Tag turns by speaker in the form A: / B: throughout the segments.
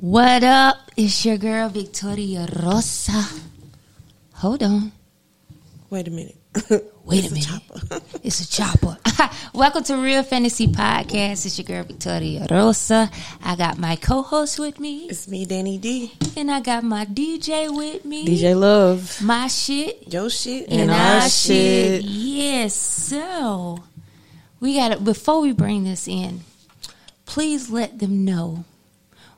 A: What up? It's your girl Victoria Rosa. Hold on.
B: Wait a minute.
A: Wait a
B: It's a
A: minute.
B: chopper.
A: it's a chopper. Welcome to Real Fantasy Podcast. It's your girl Victoria Rosa. I got my co-host with me,
B: It's me, Danny D.
A: and I got my DJ with me.
C: DJ Love.
A: My shit
B: Yo shit.
C: And our shit.
A: Yes. So we got to before we bring this in. Please let them know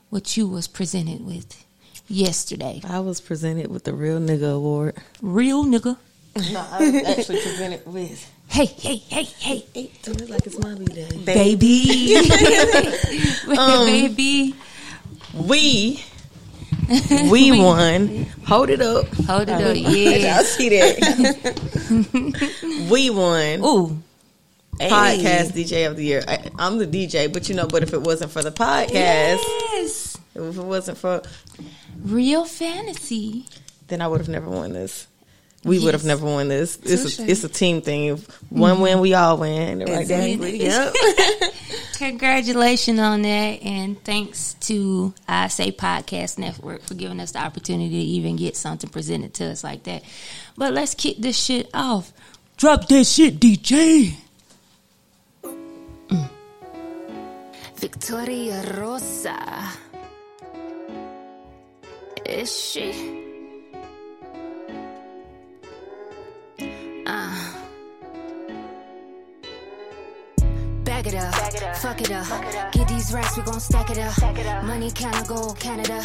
A: what you was presented with yesterday.
C: I was presented with the Real Nigga Award.
A: Real nigga.
C: No, I was actually presented with
A: Hey, hey, hey, hey,
C: it. Do it like it's my day.
A: baby, Um, baby.
C: We we won. Hold it up.
A: Hold it up. Yeah.
C: Y'all see that? we won.
A: Ooh.
C: Podcast DJ of the year. I, I'm the DJ, but you know, but if it wasn't for the podcast,
A: Yes.
C: if it wasn't for,
A: Real fantasy.
C: then I would have never won this. We would have
A: Yes.
C: never won this. It's
B: Touche.
C: a, it's a team thing. One win, we all win. Right there.
B: Exactly.
C: Yep.
A: Congratulations on that, and thanks to I Say Podcast Network for giving us the opportunity to even get something presented to us like that. But let's kick this shit off. Drop that shit, DJ.
D: Mm. Victoria Rosa. Is she? Bag it up, fuck it up. Get these racks, we gon' stack it up. Money counter, gold Canada.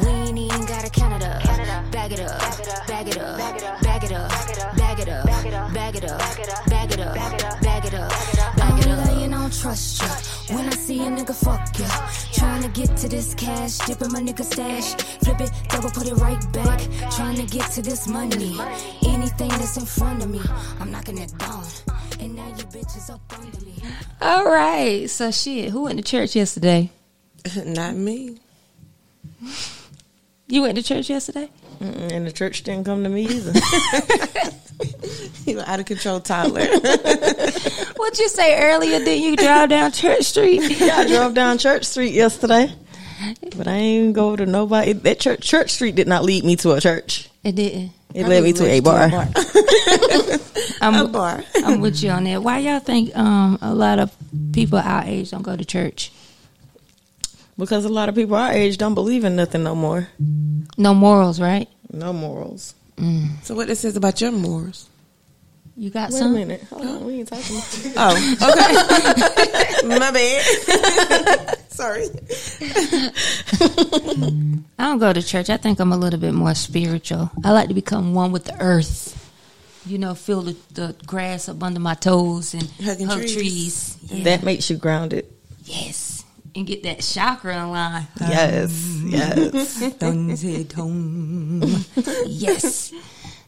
D: We ain't even got a Canada. Bag it up, bag it up, bag it up, bag it up, bag it up, bag it up, bag it up. I'm relaying, I don't trust ya. When I see a nigga, fuck ya. Trying to get to this cash, dip in my nigga stash. Flip it, double put it right back. Trying to get to this money. Anything that's in front of me, I'm knocking it down. And now you bitches up under me.
A: All right, so shit, who went to church yesterday?
B: Not me.
A: You went to church yesterday?
C: Mm-mm, And the church didn't come to me either.
B: You an out of control toddler.
A: What'd you say earlier? Didn't you drive down Church Street?
C: yeah, I drove down Church Street yesterday, but I ain't go to nobody. That church, Church Street did not lead me to a church.
A: It didn't.
C: It led me to a bar.
A: I'm,
B: bar.
A: I'm with you on that. Why y'all think um, a lot of people our age don't go to church
C: because a lot of people our age don't believe in nothing no more.
A: no morals, right?
C: No morals.
B: So what this says about your morals?
A: You got
C: Wait a
A: some.
C: minute. Hold on. We ain't talking. About
B: Oh, My bad. Sorry.
A: I don't go to church. I think I'm a little bit more spiritual. I like to become one with the earth. You know, feel the, the grass up under my toes and
B: Hugging
A: hug
B: trees.
A: trees. Yeah.
C: That makes you grounded.
A: yes. And get that chakra in line.
C: Yes.
A: Mm-hmm.
C: Yes.
A: Thuns hit home. yes.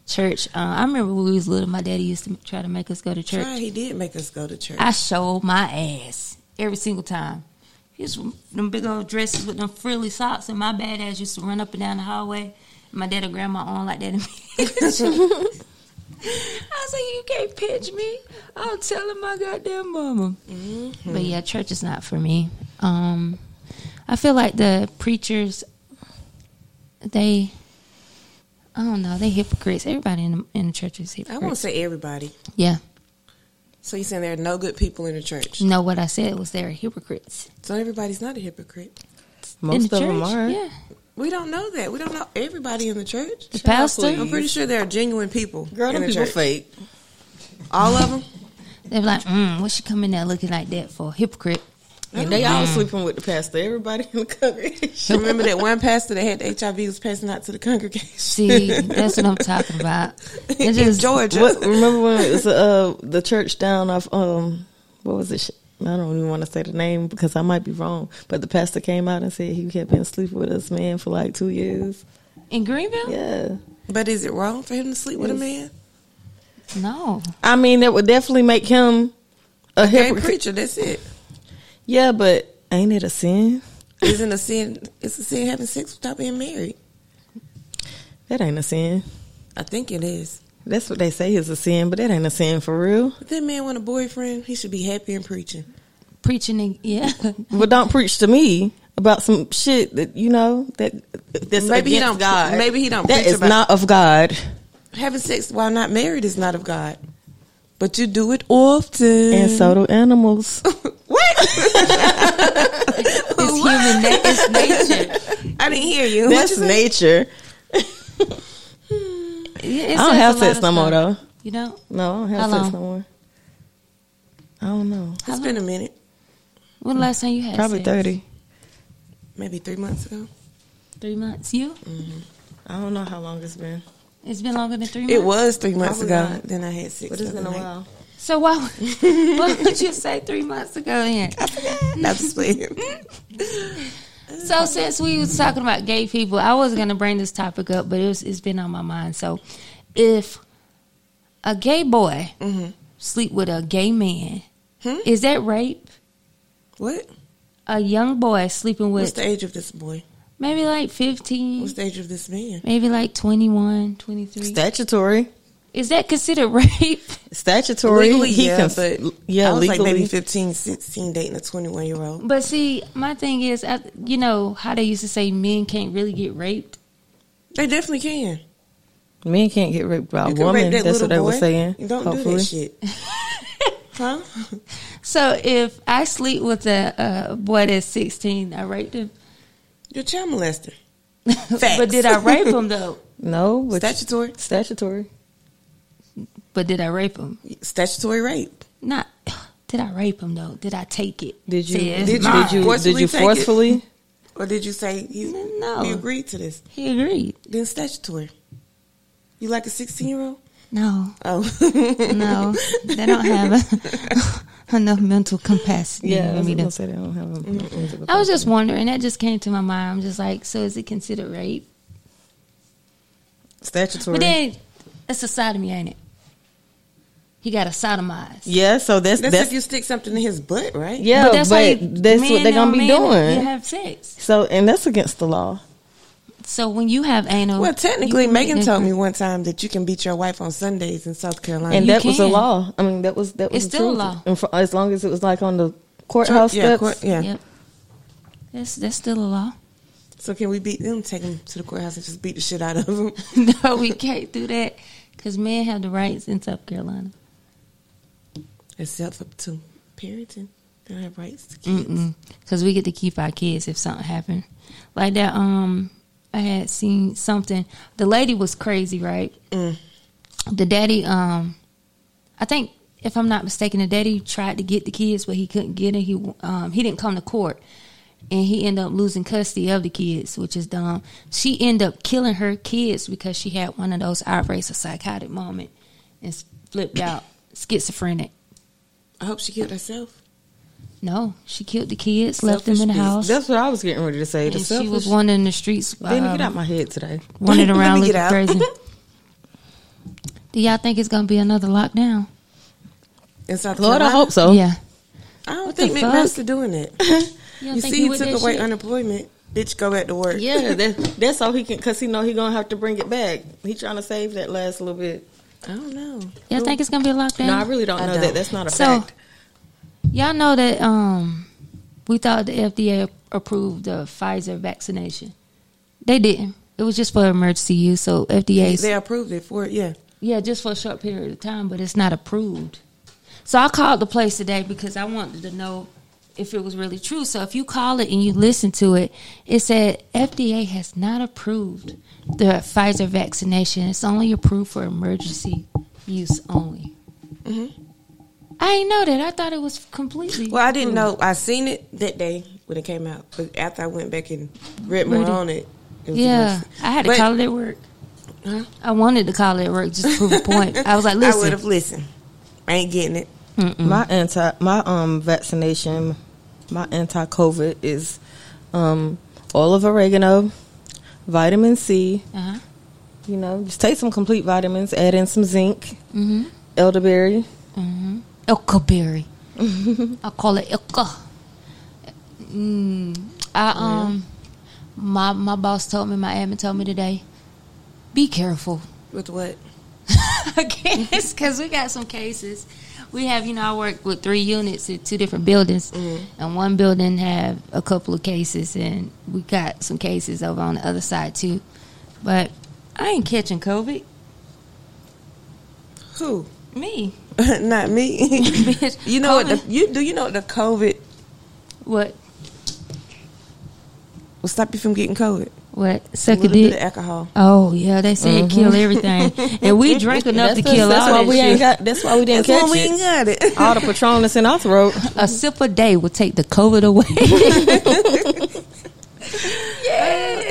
A: Church. Uh, I remember when we was little, my daddy used to try to make us go to church.
B: Try, he did make us go to church.
A: I showed my ass every single time. Here's them big old dresses with them frilly socks, and my badass used to run up and down the hallway. My dad would grab my arm like that. And I was like, "You can't pinch me. I'll tell him my goddamn mama."
B: Mm-hmm.
A: But yeah, church is not for me. Um, I feel like the preachers, they, I don't know, they hypocrites. Everybody in the, in the church is
B: I won't
A: hypocrites.
B: say everybody.
A: Yeah,
B: So you saying there are no good people in the church?
A: no, what I said was they're hypocrites.
B: So everybody's not a hypocrite.
C: Most
A: in
C: of
A: the
C: them
A: church,
C: are.
A: Yeah,
B: We don't know that. We don't know everybody in the church.
A: the pastor.
B: I'm pretty sure there are genuine people.
C: Girl,
B: in
C: them
B: the
C: people
B: church.
C: fake.
B: All of them.
A: They're like, mm, what she come in there looking like that for? Hypocrite.
C: And they all sleeping with the pastor. Everybody in the congregation.
B: Mm-hmm. Remember that one pastor that had the HIV was passing out to the congregation
A: See, that's what I'm talking about. It
B: in
A: just
B: Georgia.
C: What, remember when it was uh, the church down off um what was it? Sh- I don't even want to say the name because I might be wrong. But the pastor came out and said he kept been sleeping with us man for like two years.
A: in Greenville.
C: Yeah,
B: But is it wrong for him to sleep with a
C: Yes.
B: man?
A: No,
C: I mean that would definitely make him a
B: Gay
C: hypocrite.
B: preacher, that's it.
C: Yeah, but ain't it a sin?
B: Isn't a sin it's a sin having sex without being married.
C: That ain't a sin.
B: I think it is.
C: That's what they say is a sin, but that ain't a sin for real.
B: If that man want a boyfriend, he should be happy and preaching.
A: preaching. And, yeah,
C: But don't preach to me about some shit that you know that that's
B: Maybe he
C: against
B: don't-
C: God.
B: maybe he don't
C: That
B: preach
C: is
B: about-
C: not of God.
B: Having sex while not married is not of God, but you do it often.
C: And so do animals.
B: what?
A: It's human. na- It's nature.
B: I didn't hear you. What
C: That's
B: you say?
C: nature.
A: Yeah, it
C: I don't
A: says
C: have
A: a
C: sex
A: lot
C: no
A: of
C: more
A: stuff.
C: though.
A: You know
C: No, I don't
A: How
C: have
A: long?
C: sex no more. I don't know.
B: It's been a minute,
A: when the last time you had
C: Probably
A: sex?
C: thirty.
B: maybe three months ago.
C: Mm-hmm.
A: Three months. You?
C: I don't know how long it's been.
A: It's been longer than three months.
B: It was three months
C: Probably
B: ago.
C: not.
B: Then I had sex.
C: Oh, But it's
B: the
C: been a
B: other night.
C: while.
A: So why? would- why would you say three months ago? Then?
B: Not just playing.
A: So since we was talking about gay people, I was gonna bring this topic up, but it was, it's been on my mind. So if a gay boy sleep with a gay man,
B: Mm-hmm. Hmm?
A: is that rape?
B: What?
A: A young boy sleeping
B: What's
A: with
B: the age of this boy?
A: maybe like 15,
B: What's the age of this man?
A: maybe like 21, 23.
C: Statutory.
A: is that considered rape?
C: Statutory.
B: Legally, yeah,
C: can-
B: but
C: yeah,
B: I was
C: legally.
B: like maybe 15, 16, dating a 21 year old.
A: But see, my thing is, I, you know how they used to say men can't really get raped.
B: They definitely can.
C: Men can't get raped by
B: You
C: a
B: can
C: woman.
B: rape that
C: That's
B: little
C: what they were
B: boy.
C: saying.
B: You Don't do
C: hopefully.
B: that shit. huh?
A: So if I sleep with a, a boy that's 16, I raped him.
B: You're a child molester.
A: But did I rape him though?
C: No, but
B: Statutory.
C: statutory.
A: But did I rape him?
B: Statutory rape.
A: Not. Did I rape him though? Did I take it?
C: Did you?
A: Says
C: Did you?
A: mine.
C: Did you?
B: Forcefully
C: did you
B: take it.
C: forcefully?
B: Or did you say you,
A: No.
B: you agreed to this?
A: He agreed.
B: Then statutory. You like a 16 year old?
A: No,
B: Oh.
A: no, they don't have enough mental capacity.
C: Yeah, I
A: I,
C: was
A: mean,
C: gonna say they don't have. a- mm-hmm.
A: I was just wondering. That just came to my mind. I'm just like, so is it considered rape?
C: statutory.
A: But then it's a sodomy, ain't it? He got a sodomized.
C: yeah, so that's
B: That's,
C: that's,
B: if you stick something in his butt, right?
C: yeah, but that's,
A: why you-
C: what
A: men
C: they're gonna
A: on
C: be
A: men,
C: doing.
A: You have sex.
C: So and that's against the law.
A: So when you have anal,
B: Well, technically,
A: you can
B: Megan
A: get
B: told me
A: different-
B: one time that you can beat your wife on Sundays in South Carolina.
C: Mm-hmm. And
A: You
C: that was a
A: can.
C: law. I mean, that was that was
A: It's still a
C: approved.
A: law.
C: And for, as long as it was like on the courthouse
B: yeah,
C: steps,
B: court- yeah.
A: Yep. That's that's still a law.
B: So can we beat them? Take them to the courthouse and just beat the shit out of them.
A: no, we can't do that because men have the rights in South Carolina.
B: Except for to parenting, they don't have rights to kids.
A: Because we get to keep our kids if something happened. Like that, um, I had seen something. The lady was crazy, right? The daddy, um, I think if I'm not mistaken, the daddy tried to get the kids, but he couldn't get it. He um, he didn't come to court, and he ended up losing custody of the kids, which is dumb. She ended up killing her kids because she had one of those outbreaks of psychotic moment and s- flipped out, schizophrenic.
B: I hope she killed herself.
A: No, she killed the kids, left them
B: Selfish
A: in the
B: bitch.
A: house.
C: that's what I was getting ready to say. The
A: And she
C: selfish-
A: was wandering the streets,
C: Baby,
A: um,
C: get out my head today.
A: wandering
B: Let me
A: around looking
B: get out.
A: crazy. Do y'all think it's gonna be another lockdown?
B: In South
C: Lord, I
B: Carolina,
C: hope so.
A: Yeah.
B: I don't
A: What
B: think
A: the
B: McMaster doing it.
A: You,
B: You see, he took away unemployment. Bitch, go back to work.
C: Yeah, that, that's all he can, cause he know he gonna have to bring it back. He trying to save that last little bit.
B: I don't know.
A: Y'all think it's gonna be a lockdown?
C: No, I really don't
B: I
C: know
B: don't.
C: that. That's not a
A: So-
C: fact.
A: y'all know that um, we thought the FDA approved the Pfizer vaccination. They didn't. It was just for emergency use. So FDA's
B: They approved it for it. Yeah,
A: Yeah, just for a short period of time, but it's not approved. So I called the place today because I wanted to know if it was really true. So if you call it and you listen to it, it said FDA has not approved the Pfizer vaccination. It's only approved for emergency use only. I didn't know that. I thought it was completely.
B: Mm-hmm. Well, I didn't know. I seen it that day when it came out, but after I went back and read more
A: Read it.
B: on it, it was
A: yeah,
B: worse.
A: I had to
B: But-
A: call it at work.
B: Huh?
A: I wanted to call it at work just to prove a point. I was like,
B: I would
A: listen,
B: have listened. I ain't getting it.
A: Mm.
C: My anti my um vaccination, my anti COVID is um oil of oregano, vitamin C.
A: uh-huh.
C: You know, just take some complete vitamins, add in some zinc, elderberry.
A: Mm-hmm. Elkaberry. I call it Elka. Mm, I um, my my boss told me, my admin told me today, be careful
B: With what?
A: against because we got some cases we have, you know, I work with three units at two different buildings, and one building have a couple of cases, and we got some cases over on the other side too. But I ain't catching COVID.
B: Who?
A: Me,
B: Not me.
A: bitch.
B: you know what?
A: COVID-
B: The, you do you know what the COVID
A: what?
B: will stop you from getting COVID?
A: What?
B: A
A: Suck a
B: little bit of
A: dick.
B: alcohol.
A: Oh yeah, they say it kill everything, and we drink enough to kill
C: that's
A: all
C: why
A: that
C: we
A: shit.
C: ain't got. That's why we didn't
B: That's why
C: catch
B: we
C: it.
B: ain't got it.
C: All the Patron that's in our throat.
A: a sip a day will take the COVID away.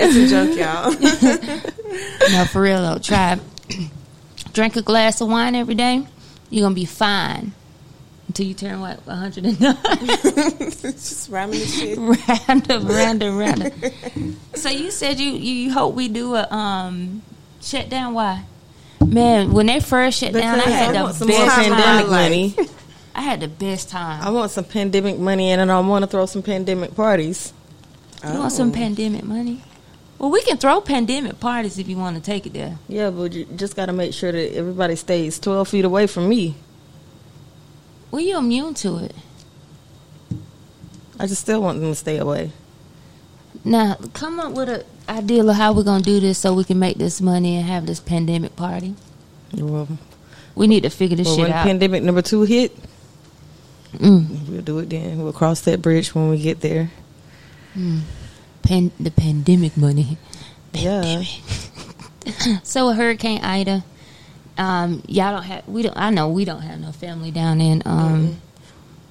B: it's a joke, y'all.
A: no, for real though. Try drink a glass of wine every day. You're gonna be fine until you turn what 109.
B: Just rhyming this shit.
A: round up, round up, round up. So you said you, you you hope we do a um shutdown. Why? Man, when they first shut down, I
B: Because
A: had
B: I
A: the
B: want
A: best
B: some more
A: time.
B: pandemic.
C: money.
A: I had the best time.
C: I want some pandemic money, and I want to throw some pandemic parties.
A: You want some pandemic money? Well, we can throw pandemic parties if you want to take it there.
C: Yeah, but you just got to make sure that everybody stays twelve feet away from me.
A: Well, you're immune to it.
C: I just still want them to stay away.
A: Now, come up with an idea of how we're gonna do this so we can make this money and have this pandemic party.
C: Well,
A: We need to figure this
C: well,
A: shit
C: when
A: out.
C: pandemic number two hit,
A: Mm.
C: we'll do it then. We'll cross that bridge when we get there.
A: Pan- the pandemic money.
C: Yeah,
A: So Hurricane Ida, um, y'all don't have. We don't. I know we don't have no family down in um,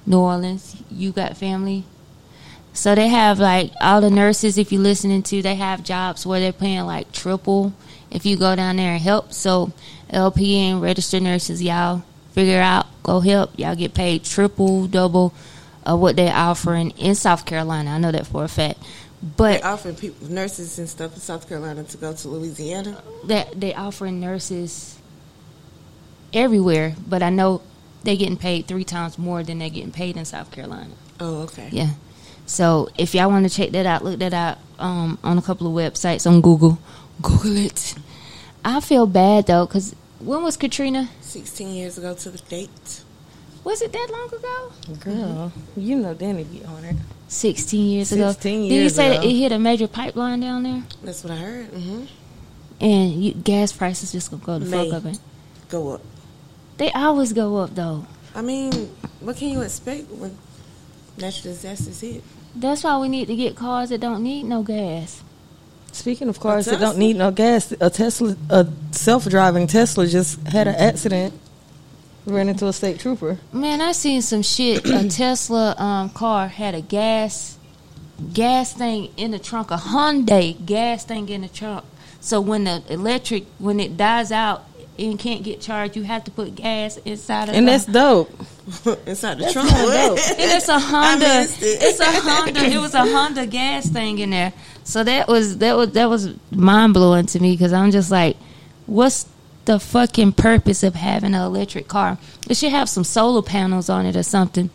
A: New Orleans. You got family. So they have like all the nurses. If you're listening to, they have jobs where they're paying like triple if you go down there and help. So LPN registered nurses, y'all figure out go help. Y'all get paid triple, double of what they're offering in South Carolina. I know that for a fact. But
B: They're offering people, nurses and stuff in South Carolina to go to Louisiana.
A: that they offering nurses everywhere, but I know they getting paid three times more than they're getting paid in South Carolina.
B: Oh, okay.
A: Yeah. So if y'all want to check that out, look that out um, on a couple of websites on Google. Google it. I feel bad though, cause when was Katrina?
B: 16 years ago to the date.
A: Was it that long ago?
C: girl, you know Danny be on it.
A: Sixteen years ago.
C: 16
A: Did you
C: years
A: say
C: ago.
A: that it hit a major pipeline down there,
B: That's what I heard. hmm
A: and you, gas prices just gonna go the
B: May.
A: fuck up? And,
B: Go up.
A: they always go up though.
B: I mean, what can you expect when natural disasters hit?
A: That's why we need to get cars that don't need no gas.
C: Speaking of cars
B: A
C: that don't
B: Tesla?
C: need no gas, a Tesla, a self-driving Tesla, just had an accident. Ran into a state trooper.
A: Man, I seen some shit. A Tesla um, car had a gas gas thing in the trunk. A Hyundai gas thing in the trunk. So when the electric when it dies out and can't get charged, you have to put gas inside of
C: And
A: the-
C: that's dope.
B: Inside the trunk. what?
A: And it's a Honda.
B: missed it.
A: It's a Honda. It was a Honda gas thing in there. So that was that was that was mind blowing to me because I'm just like, what's the fucking purpose of having an electric car? It should have some solar panels on it or something,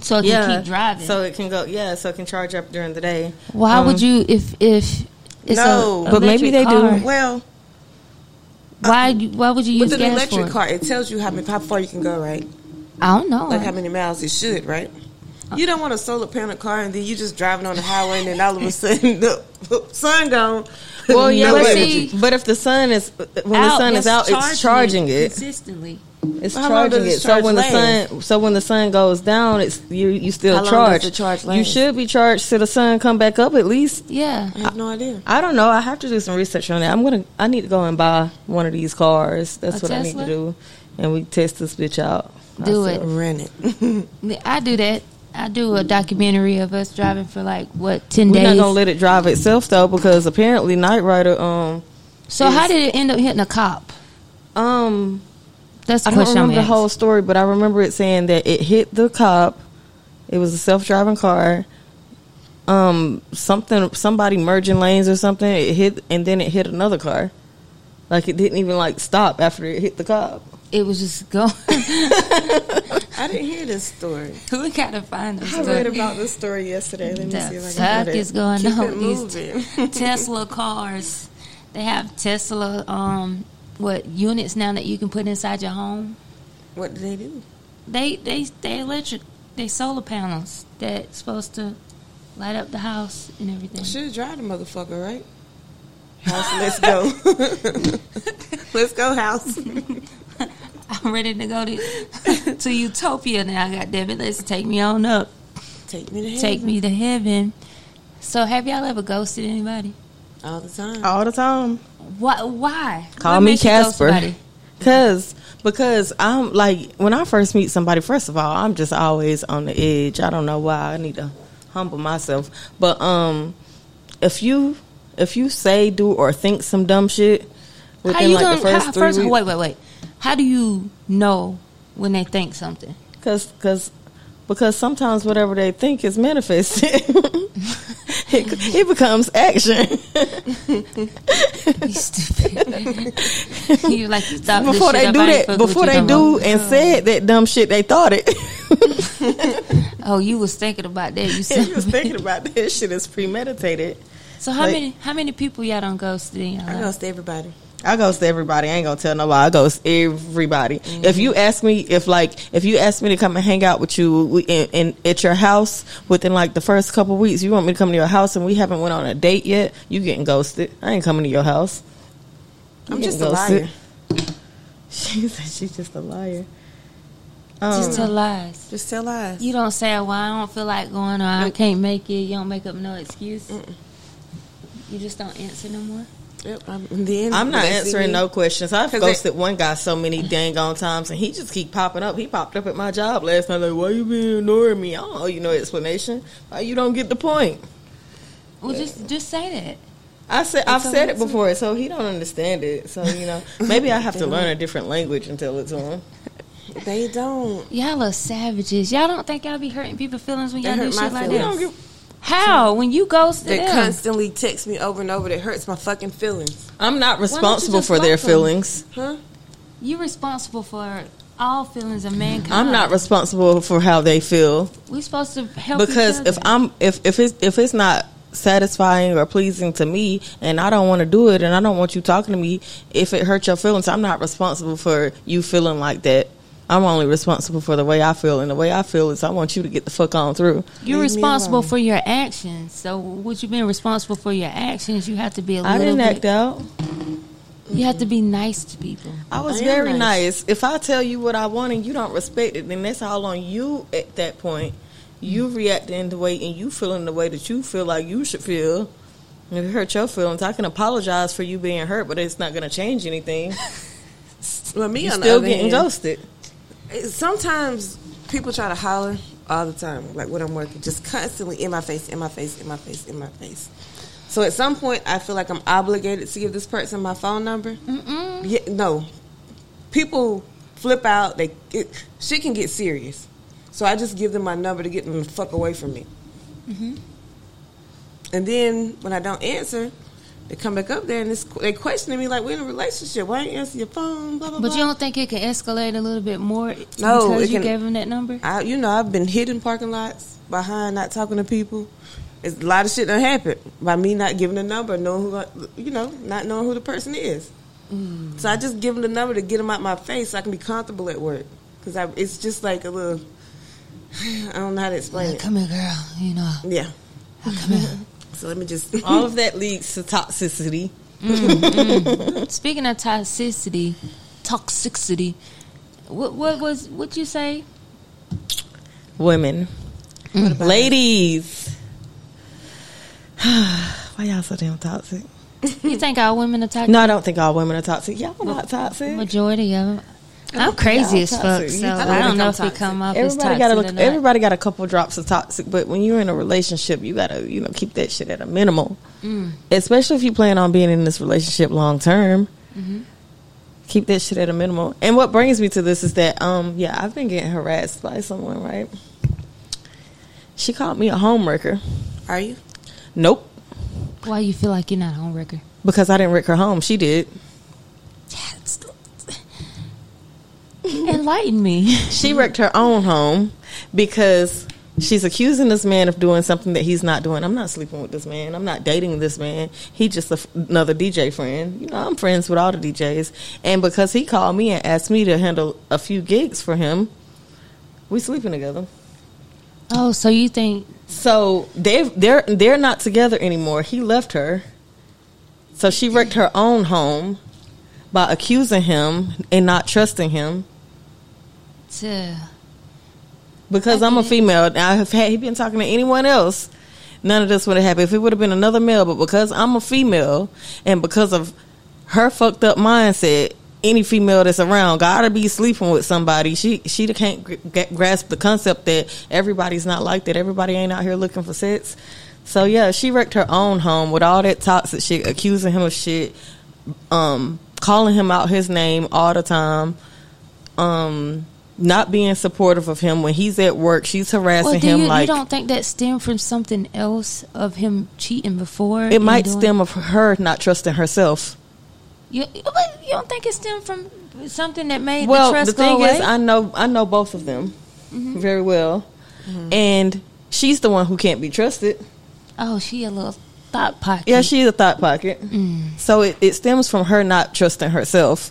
A: so it can keep driving.
C: So it can go. Yeah, so it can charge up during the day.
A: Why
C: Um,
A: would you if if it's
B: No.
A: a
C: But maybe
A: electric
C: they do.
A: car,
B: Well,
C: uh,
A: Why you- why would you use
B: with an
A: gas for
B: electric
A: it?
B: car, it tells you how, many, how far you can go, right?
A: I don't know.
B: Like how many miles it should, right? You don't want a solar panel car and then you just driving on the highway and then all of a sudden the sun gone.
C: Well, yeah,
A: No
C: but,
A: energy.
C: see, but if the sun is when the sun is out, it's charging it.
A: consistently.
C: It's
B: How long does
C: charging
B: the
C: it. So
B: charge
C: when the
B: last?
C: sun, so when the sun goes down, it's you. You
B: How
C: still
B: long
C: charge.
B: does the charge
C: You
B: last?
C: should be charged till the sun come back up at least.
A: Yeah.
B: I have no idea.
C: I don't know. I have to do some research on that. I'm gonna. I need to go and buy one of these cars. That's
A: A
C: what I need
A: Tesla?
C: to do, and we test this bitch out.
A: Do it.
C: ourselves.
B: Rent it.
A: I do that. I do a documentary of us driving for like what 10
C: We're
A: days.
C: not gonna let it drive itself though, because apparently Knight Rider. Um,
A: so how did it end up hitting a cop?
C: um,
A: That's the
C: I don't
A: question I'm
C: remember the
A: asking.
C: whole story, but I remember it saying that it hit the cop. It was a self-driving car. Um, something, somebody merging lanes or something. It hit, and then it hit another car. Like it didn't even like stop after it hit the cop.
A: It was just going.
B: I didn't hear this story.
A: we gotta find this
B: I read
A: story.
B: about this story yesterday. Let me
A: The
B: see if I can
A: fuck
B: find
A: is
B: it.
A: going on
B: Keep it
A: with
B: moving.
A: these Tesla cars? They have Tesla um what units now that you can put inside your home.
B: What do they do?
A: they they they electric they solar panels that's supposed to light up the house and everything.
B: Should have drive the motherfucker, right? House, let's go. let's go, house.
A: I'm ready to go to to utopia now. God damn it, let's take me on up,
B: Take me to heaven.
A: take me to heaven. So have y'all ever ghosted anybody?
B: all the time.
C: all the time.
A: What? Why?
C: Call
A: What
C: me
A: makes you ghost
C: Casper.
A: somebody?
C: Cause because I'm like when I first meet somebody, first of all, I'm just always on the edge. I don't know why. I need to humble myself. But um if you if you say, do or think some dumb shit
A: How
C: within
A: you
C: like
A: gonna
C: the first
A: how,
C: three
A: first?
C: weeks,
A: Wait, wait, wait. How do you know when they think something?
C: Cause, cause, because sometimes whatever they think is manifested, it, it becomes action
A: You stupid. you like you thought this
C: before
A: shit
C: they
A: up,
C: do
A: I ain't
C: that.
A: fuck with
C: Before
A: you
C: they
A: no
C: do
A: more.
C: and said that dumb shit, they thought it.
A: Oh, you was thinking about that. You
C: If you
A: said.
C: was thinking about this shit is premeditated.
A: so how
C: like-
A: many how many people y'all done ghosted in y'all
B: I
A: life?
B: ghost everybody.
C: I ghost everybody. I ain't gonna tell nobody. I ghost everybody.
B: Mm-hmm.
C: If you ask me, if like, if you ask me to come and hang out with you we- in, in at your house within like the first couple weeks, you want me to come to your house and we haven't went on a date yet, you getting ghosted. I ain't coming to your house. You
B: I'm just a
C: getting
B: liar.
C: She said she's just a liar. um,
A: Just tell lies.
B: Just tell lies.
A: You don't say, "Well, I don't feel like going," or "I can't make it." You don't make up no excuse. You just don't answer no more.
B: Yep, I'm, in the end,
C: I'm not
B: they see
C: answering
B: me.
C: no questions. I've
B: 'Cause
C: ghosted one guy so many dang on times, and he just keep popping up. He popped up at my job last night. Like, why you been ignoring me? I don't owe you no explanation. Why you don't get the point?
A: Well, just just say that.
C: I said I've
B: all
C: said
B: right,
C: it before, so he don't understand it. So you know, maybe I have to learn a different language and tell it to him.
B: They don't.
A: Y'all are savages. Y'all don't think y'all be hurting people's feelings when
B: They
A: y'all do
B: hurt my
A: shit like
B: feelings.
A: that?
B: Don't
A: How? When you ghost
B: They
A: them?
B: constantly text me over and over. That hurts my fucking feelings.
C: I'm not
A: you
C: responsible
A: just
C: for their
A: block 'em?
C: feelings.
B: Huh?
A: You're responsible for all feelings of mankind.
C: I'm not responsible for how they feel
A: We supposed to help
C: because
A: each
C: if
A: other.
C: I'm if if it's if it's not satisfying or pleasing to me and I don't want to do it and I don't want you talking to me if it hurts your feelings I'm not responsible for you feeling like that I'm only responsible for the way I feel and the way I feel is I want you to get the fuck on through
A: you're
B: Leave me
A: responsible
B: alone.
A: for your actions. So, would you being responsible for your actions, you have to be a
C: I
A: little
C: didn't
A: bit.
C: act out
A: You have to be nice to people.
C: I was
B: I am
C: very
B: nice.
C: nice. If I tell you what I want and you don't respect it, then that's all on you at that point.
B: Mm.
C: You reacting the way and you feeling the way that you feel like you should feel. And If it hurt your feelings, I can apologize for you being hurt, but it's not going to change anything.
B: Well, me
C: You're
B: on
C: still
B: the other
C: getting
B: hand,
C: ghosted.
B: it- Sometimes people try to holler all the time, like when I'm working, just constantly in my face, in my face, in my face, in my face. So at some point, I feel like I'm obligated to give this person my phone number.
A: Mm-mm.
B: Yeah, no, people flip out. They it, she can get serious, so I just give them my number to get them the fuck away from me.
A: Mm-hmm.
B: And then when I don't answer, they come back up there and it's, they questioning me like we're in a relationship. Why ain't you answer your phone? Blah blah
A: But
B: blah.
A: you don't think it can escalate a little bit more
B: No,
A: because
B: it
A: you
B: can-
A: gave him that number?
B: I, you know, I've been hid in parking lots behind not talking to people. It's a lot of shit that happened by me not giving the number, knowing who, I, you know, not knowing who the person is. So I just give them the number to get them out my face so I can be comfortable at work. Because it's just like a little, I don't know how to explain it.
A: Come here, girl. You know.
B: Yeah. So let me just,
C: All of that leads to toxicity.
A: Speaking of toxicity, toxicity. What what was what you say?
C: Women, ladies, why y'all so damn toxic?
A: You think all women are toxic?
C: No, I don't think all women are toxic. Y'all not toxic.
A: Majority of them. I'm crazy
C: y'all
A: as fuck,
C: toxic.
A: so
C: You
A: I don't,
B: think I'm
A: know if
B: toxic.
A: it come up as
C: everybody
A: toxic
C: got
A: or
C: a
A: not.
C: everybody got a couple drops of toxic, but when you're in a relationship, you gotta you know keep that shit at a minimal. Especially if you plan on being in this relationship long term, keep that shit at a minimal. And what brings me to this is that um yeah, I've been getting harassed by someone. Right? She called me a homewrecker.
B: are you?
C: Nope,
A: Why you feel like you're not a homewrecker?
C: because I didn't wreck her home. She did.
A: Enlighten me.
C: She wrecked her own home because she's accusing this man of doing something that he's not doing. I'm not sleeping with this man. I'm not dating this man. He just a f another DJ friend. You know, I'm friends with all the DJs. And because he called me and asked me to handle a few gigs for him, We sleeping together.
A: Oh, so you think?
C: So they they're they're not together anymore. He left her. So she wrecked her own home by accusing him and not trusting him
A: To,
C: because
A: I
C: I'm a
A: get it.
C: female. Now if had he been talking to anyone else, none of this would have happened. If it would have been another male, but because I'm a female and because of her fucked up mindset, any female that's around gotta be sleeping with somebody. She she can't gr- g- grasp the concept that everybody's not like that. Everybody ain't out here looking for sex. So yeah, she wrecked her own home with all that toxic shit, accusing him of shit, um, calling him out his name all the time um not being supportive of him when he's at work. She's harassing
A: well, do
C: him
A: you, you
C: like
A: don't think that stemmed from something else of him cheating before?
C: it
A: and
C: might
A: doing-
C: stem of her not trusting herself.
A: You, but you don't think it stemmed from something that made
C: well,
A: the trust
C: the thing
A: go away? Mm-hmm.
C: is, I know I know both of them very well, and she's the one who can't be trusted.
A: oh, she a little thought pocket.
C: Yeah, she's a thought pocket.
A: Mm.
C: So it, it stems from her not trusting herself.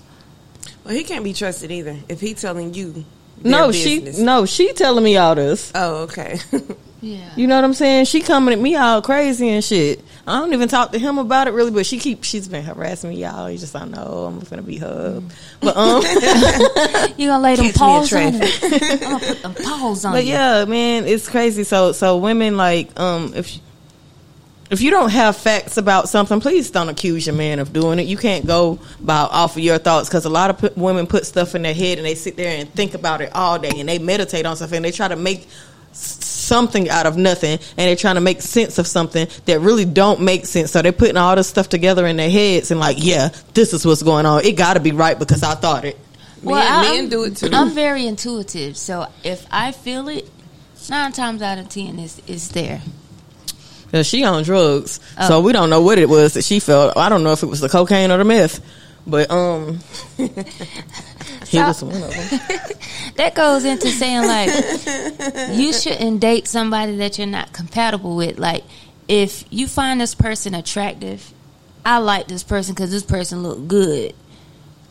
B: Well, he can't be trusted either if he telling you. their
C: No,
B: business.
C: she no she telling me all this.
B: Oh, okay.
A: yeah.
C: You know what I'm saying? She coming at me all crazy and shit. I don't even talk to him about it really, but she keep she's been harassing me, y'all. You just don't know I'm gonna be hugged. But um
A: You gonna lay them
B: Catch me in
A: paws on
B: traffic.
A: it? I'm gonna put them paws on
C: but
A: you.
C: yeah, man, it's crazy. So so women like um if if you don't have facts about something, please don't accuse your man of doing it. You can't go by off of your thoughts because a lot of p- women put stuff in their head and they sit there and think about it all day and they meditate on something. And they try to make s- something out of nothing and they're trying to make sense of something that really don't make sense. So they're putting all this stuff together in their heads and like, yeah, this is what's going on. It got to be right because I thought it.
A: Well,
B: men,
A: I-
B: men do it too.
A: I'm very intuitive, so if I feel it, nine times out of ten, it's, it's there.
C: Yeah, she on drugs,
A: Oh.
C: so we don't know what it was that she felt. I don't know if it was the cocaine or the meth, but um, he was one of them.
A: That goes into saying like you shouldn't date somebody that you're not compatible with. Like if you find this person attractive, I like this person because this person look good.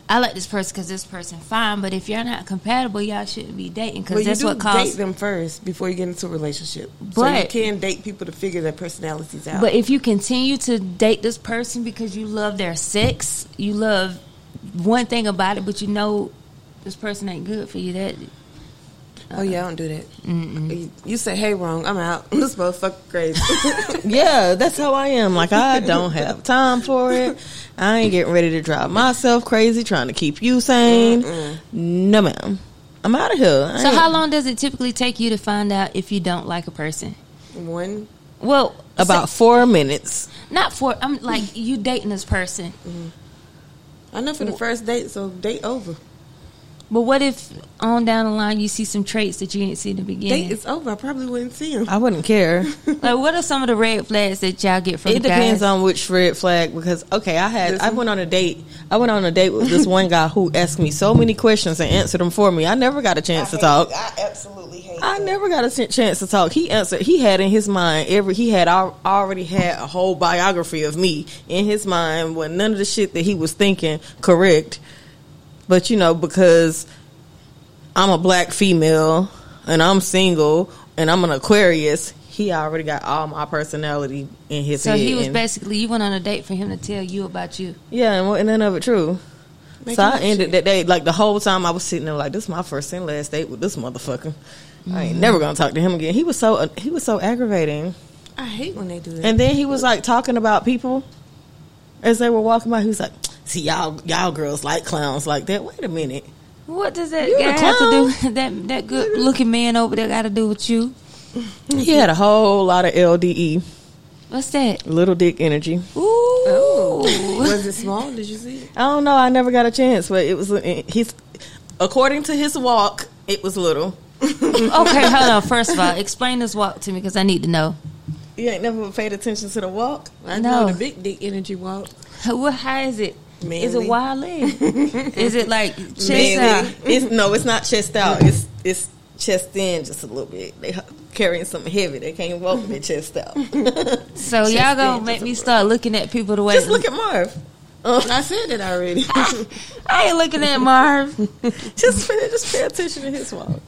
A: I like this person because this person fine. But if you're not compatible, y'all shouldn't be dating because
B: well, you
A: that's
B: do
A: what
B: date
A: causes.
B: them first before you get into a relationship. so you
A: But-
B: can date people to figure their personalities out.
A: But if you continue to date this person because you love their sex, you love one thing about it, but you know this person ain't good for you. That
B: oh yeah, I don't do that. You- You say hey wrong, I'm out. This motherfucker crazy.
C: Yeah, that's how I am. Like I don't have time for it. I ain't getting ready to drive myself crazy trying to keep you sane. No, ma'am, I'm out of here. I
A: so,
C: ain't-
A: how long does it typically take you to find out if you don't like a person?
B: One,
A: Well,
C: About
A: say-
C: four minutes.
A: not for. I'm like you dating this person,
B: I know for the first date, so date over.
A: but what if on down the line you see some traits that you didn't see in the
B: Date
A: beginning?
B: is over. I probably wouldn't see him.
C: I wouldn't care.
A: Like, what are some of the red flags that y'all get from?
C: It
A: the
C: depends
A: guys?
C: on which red flag because okay, I had I went on a date. I went on a date with this one guy who asked me so many questions and answered them for me. I never got a chance to talk.
B: I absolutely hate.
C: I never got a ch- chance to talk. He answered. He had in his mind every. He had al- already had a whole biography of me in his mind when none of the shit that he was thinking correct. But you know because I'm a black female and I'm single and I'm an Aquarius. He already got all my personality in his
A: So
C: head.
A: he was
C: and-
A: basically you went on a date for him to tell you about you.
C: yeah, and what- and none of it true. so I ended that day like the whole time I was sitting there like this is my first and last date with this motherfucker. I ain't never gonna talk to him again. He was so uh, he was so aggravating,
B: I hate when they do that.
C: and then he was like talking about people as they were walking by. He was like, "See y'all y'all girls like clowns like that." Wait a minute,
A: What does that
C: You're
A: guy
C: a
A: have to do?
C: clown.
A: with That that good looking man over there got to do with you?
C: he had a whole lot of LDE,
A: What's that?
C: little dick energy.
A: Ooh,
B: was it small? Did you see? It?
C: I don't know. I never got a chance, but it was uh, he's according to his walk, it was little.
A: okay, hold on. First of all, explain this walk to me because I need to know.
C: You ain't never paid attention to the walk.
B: I
A: No.
B: know the big dick energy walk.
A: What how is it? Is
B: Manly.
A: it wide leg? is it like chest out?
C: Mainly, it's no, it's not chest out. It's it's chest in just a little bit. They h- carrying something heavy. They can't walk with their chest out.
A: So y'all gonna make me start looking at people the way
C: just look at Marv. Uh,
B: I said that already.
A: I ain't looking at Marv.
C: just pay- just pay attention to his walk.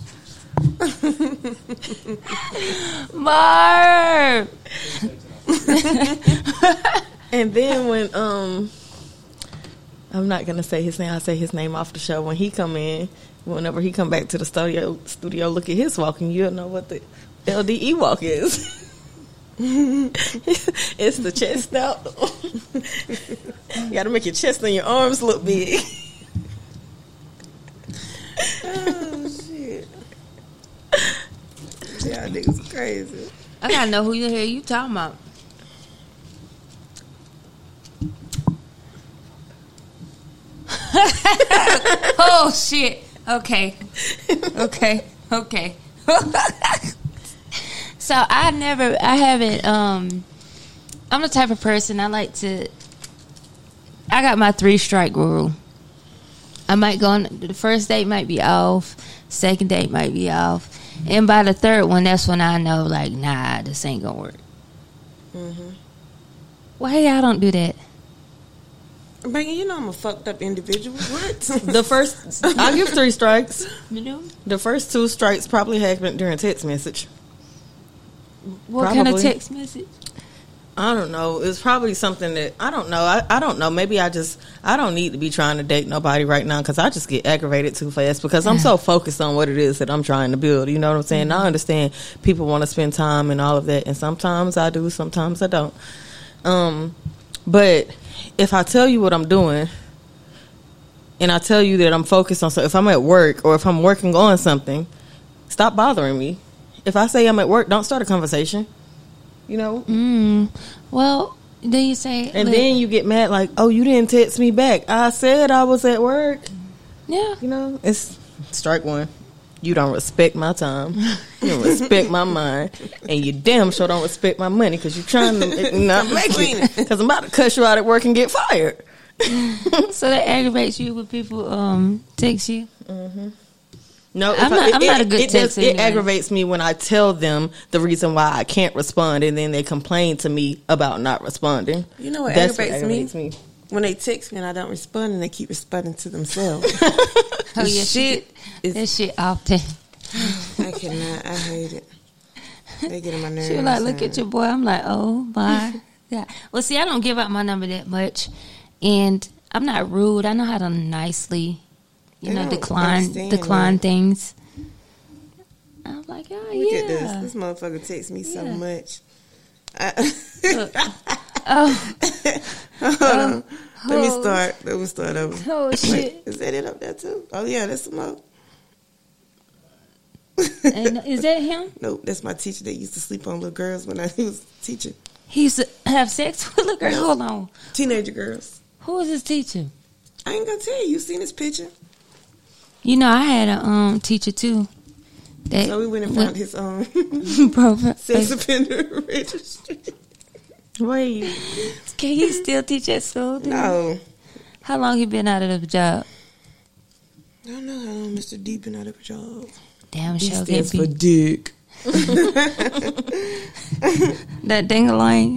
A: Marv.
C: And then when um, I'm not gonna say his name. I say his name off the show when he come in. Whenever he come back to the studio, studio, look at his walking. You'll know what the LDE walk is. it's the chest out. you got to make your chest and your arms look big.
B: Oh shit. Y'all niggas crazy.
A: I gotta know who you hear you talking about. oh shit. Okay. Okay. Okay. so I never I haven't um I'm the type of person I like to I got my three strike rule. I might go on the first date might be off, second date might be off, and by the third one, that's when I know like, nah, this ain't gonna work. Mm-hmm. Why y'all don't do that?
B: Megan, you know I'm a fucked up individual. What?
C: The first, I give three strikes.
A: You know,
C: The first two strikes probably happened during text message.
A: what kind of
C: Probably.
A: text message?
C: I don't know. It's probably something that I don't know. I, I don't know. Maybe I just I don't need to be trying to date nobody right now because I just get aggravated too fast because I'm so focused on what it is that I'm trying to build. You know what I'm saying? I understand people want to spend time and all of that, and sometimes I do, sometimes I don't. Um, but if I tell you what I'm doing, and I tell you that I'm focused on so if I'm at work or if I'm working on something, stop bothering me. If I say I'm at work, don't start a conversation. You know,
A: Well, then you say,
C: and
A: look,
C: then you get mad like, oh, you didn't text me back. I said I was at work.
A: yeah,
C: You know, it's strike one. You don't respect my time. You don't respect my mind, and you damn sure don't respect my money because you're trying to not make it. Because I'm about to cuss you out at work and get fired.
A: so that aggravates you when people um text you.
C: No, if
A: I'm not-
C: it-
A: I'm
C: it-
A: not a good
C: it does-
A: texter
C: it
A: anyway.
C: aggravates me when I tell them the reason why I can't respond, and then they complain to me about not responding.
B: You know what
C: That's what
B: aggravates,
C: aggravates
B: me?
C: me.
B: When they text me and I don't respond and they keep responding to themselves.
A: Oh yeah, shit,
B: Shit is-
A: that shit often.
B: I cannot. I hate it. They get on my nerves.
A: She was like, look at your boy. I'm like, oh my god. Well, see, I don't give out my number that much, and I'm not rude. I know how to nicely, you
B: They
A: know,
B: don't
A: decline
B: understand
A: decline
B: that.
A: things. I'm like, oh
B: Look
A: yeah.
B: at this. This motherfucker texts me so
A: Yeah.
B: much. I,
A: Oh,
B: let me
A: Oh.
B: start. Let me start over.
A: oh
B: Wait,
A: shit!
B: is that it up there too? Oh yeah, that's some more.
A: And is that him?
B: Nope, that's my teacher that used to sleep on little girls when I he was teaching
A: He used to have sex with a girl. Hold on,
B: teenager girls.
A: who is his teacher?
B: I ain't gonna tell you. You seen this picture?
A: You know, I had a um teacher too. That
B: So we went and found his own
A: profile.
B: sex offender registry.
C: Wait,
A: Can he still teach at school? dude?
B: No,
A: How long he been out of the job?
B: I don't know how long Mr. D been out of a job.
A: Damn,
B: He
A: sure get
B: stands for
A: beat.
B: dick.
A: That dingaling,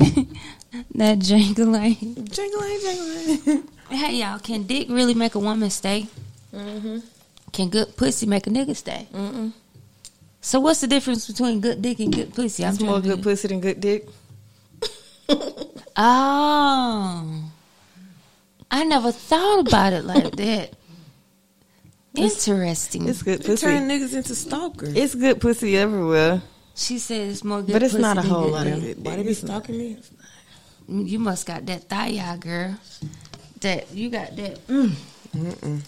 A: that jangling.
B: Jingle, jingle.
A: Hey y'all, can dick really make a woman stay?
C: Mm-hmm.
A: Can good pussy make a nigga stay? So what's the difference between good dick and good pussy?
C: that's more
A: trying to
C: good
A: figure-
C: pussy than good dick.
A: Oh, I never thought about it like that. Interesting.
C: It's good
B: They
C: pussy.
B: turn niggas into stalkers.
C: It's good pussy everywhere,
A: she said it's more good,
C: but it's
A: pussy
C: not a
A: than
C: whole
A: good
C: lot
A: dick.
C: of it.
B: Why they be stalking me?
A: You must got that thigh, y'all, girl. That you got that. Mm.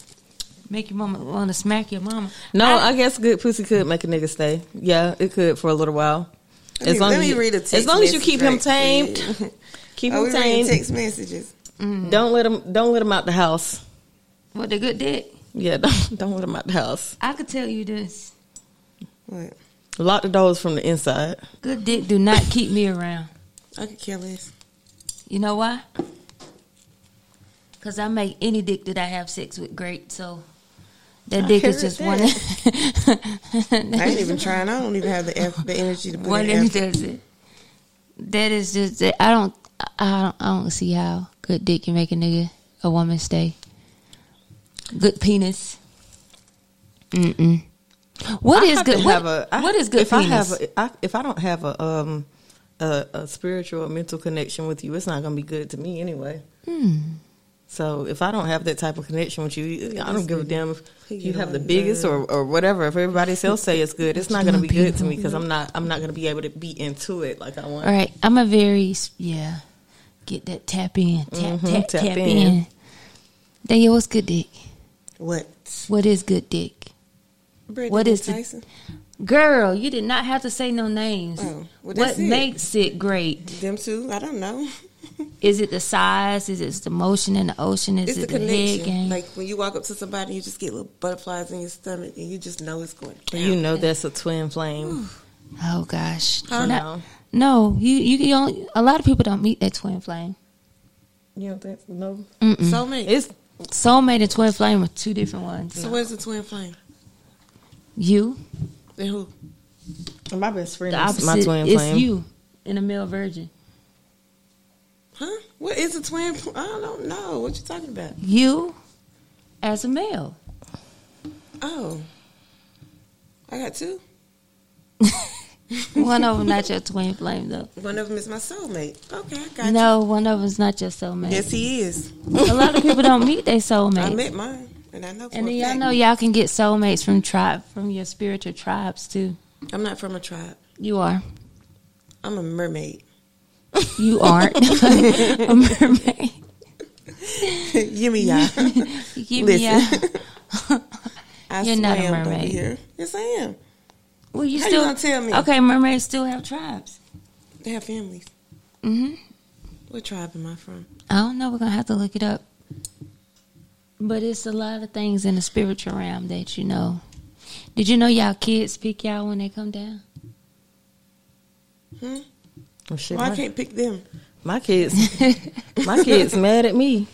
A: Make your mama want to smack your mama.
C: No, I, guess good pussy could make a nigga stay. Yeah, it could for a little while.
B: Let me- let me read a text
C: as long as you keep him
B: message right
C: tamed, keep
B: Are
C: him
B: Oh, we reading
C: tamed. Mm-hmm.
B: text messages?
C: Don't let him. Don't let him out the house.
A: What the good dick?
C: Yeah, don't, don't let him out the house.
A: I could tell you this:
B: What?
C: Lock the doors from the inside.
A: good dick do not keep me around.
B: I could care less.
A: You know why? Cause I make any dick that I have sex with great. So that
C: I
A: dick is
C: heard
A: just one.
B: I ain't even trying. I don't even have the eff- the energy to put
A: One
B: in
A: that
B: effort.
A: does it. That is just that I don't I don't I don't see how good dick can make a nigga a woman stay. Good penis. Mm mm. What
C: I
A: is
C: have to
A: good? What,
C: have a- I-
A: what is good
C: if I
A: penis?
C: have a, I, if I don't have a um a, a spiritual or mental connection with you, it's not going to be good to me anyway.
A: Hmm.
C: So if I don't have that type of connection with you, I don't give a damn if you have the biggest or, or whatever. If everybody else say it's good, it's not going to be good to me because I'm not I'm not going to be able to be into it like I want.
A: All right, I'm a very s- yeah. Get that tap in, tap
C: Mhm,
A: tap
C: tap
A: tap,
C: in.
A: in. Then yo, what's good dick?
B: What?
A: What is good dick?
B: Brittany
A: What is the-
B: Tyson?
A: Girl, you did not have to say no names.
B: Oh, well,
A: what
B: that's it.
A: makes it great?
B: Them two? I don't know.
A: Is it the size? Is it the motion in the ocean? Is
B: It's the
A: it the, head
B: connection.
A: game?
B: Like when you walk up to somebody, you just get little butterflies in your stomach, and you just know it's going. Down.
C: You know that's a twin flame.
A: oh gosh,
C: You
A: Not-
C: know.
A: no, you you can only, a lot of people don't meet that twin flame.
C: You don't think no?
B: so many.
C: It's
A: Soulmate and twin flame are two different ones.
B: so where's the twin flame?
A: You,
B: And who?
C: my best friend.
A: the
C: is
A: opposite,
C: my twin
A: is
C: flame.
A: you in a male virgin.
B: Huh? What is a twin? pl- I don't know. What you talking about?
A: You, as a male,
B: Oh, I got two.
A: One of them not your twin flame though.
B: One of them is my soulmate. Okay, I got
A: No, one of them's not your soulmate.
B: you. Yes, he is.
A: A lot of people don't meet their soulmates.
B: I met mine, and I know. For
A: and
B: a
A: then y'all
B: fact.
A: know y'all can get soulmates from tribe from your spiritual tribes too.
B: I'm not from a tribe.
A: You are.
B: I'm a mermaid.
A: You aren't a mermaid.
B: Yimmy ya.
A: You give me a,
B: Listen. I
A: You're not a
B: swam over
A: mermaid.
B: Here. Yes, I am.
A: well, you
B: How you
A: still
B: gonna tell me?
A: Okay, mermaids still have tribes.
B: They have families.
A: hmm
B: What tribe am I from?
A: I don't know. We're gonna have to look it up. But it's a lot of things in the spiritual realm that you know. Did you know y'all kids pick y'all when they come down?
B: Hmm?
C: Oh, shit,
B: Why I
C: my,
B: can't pick them?
C: my kids, my kids mad at me.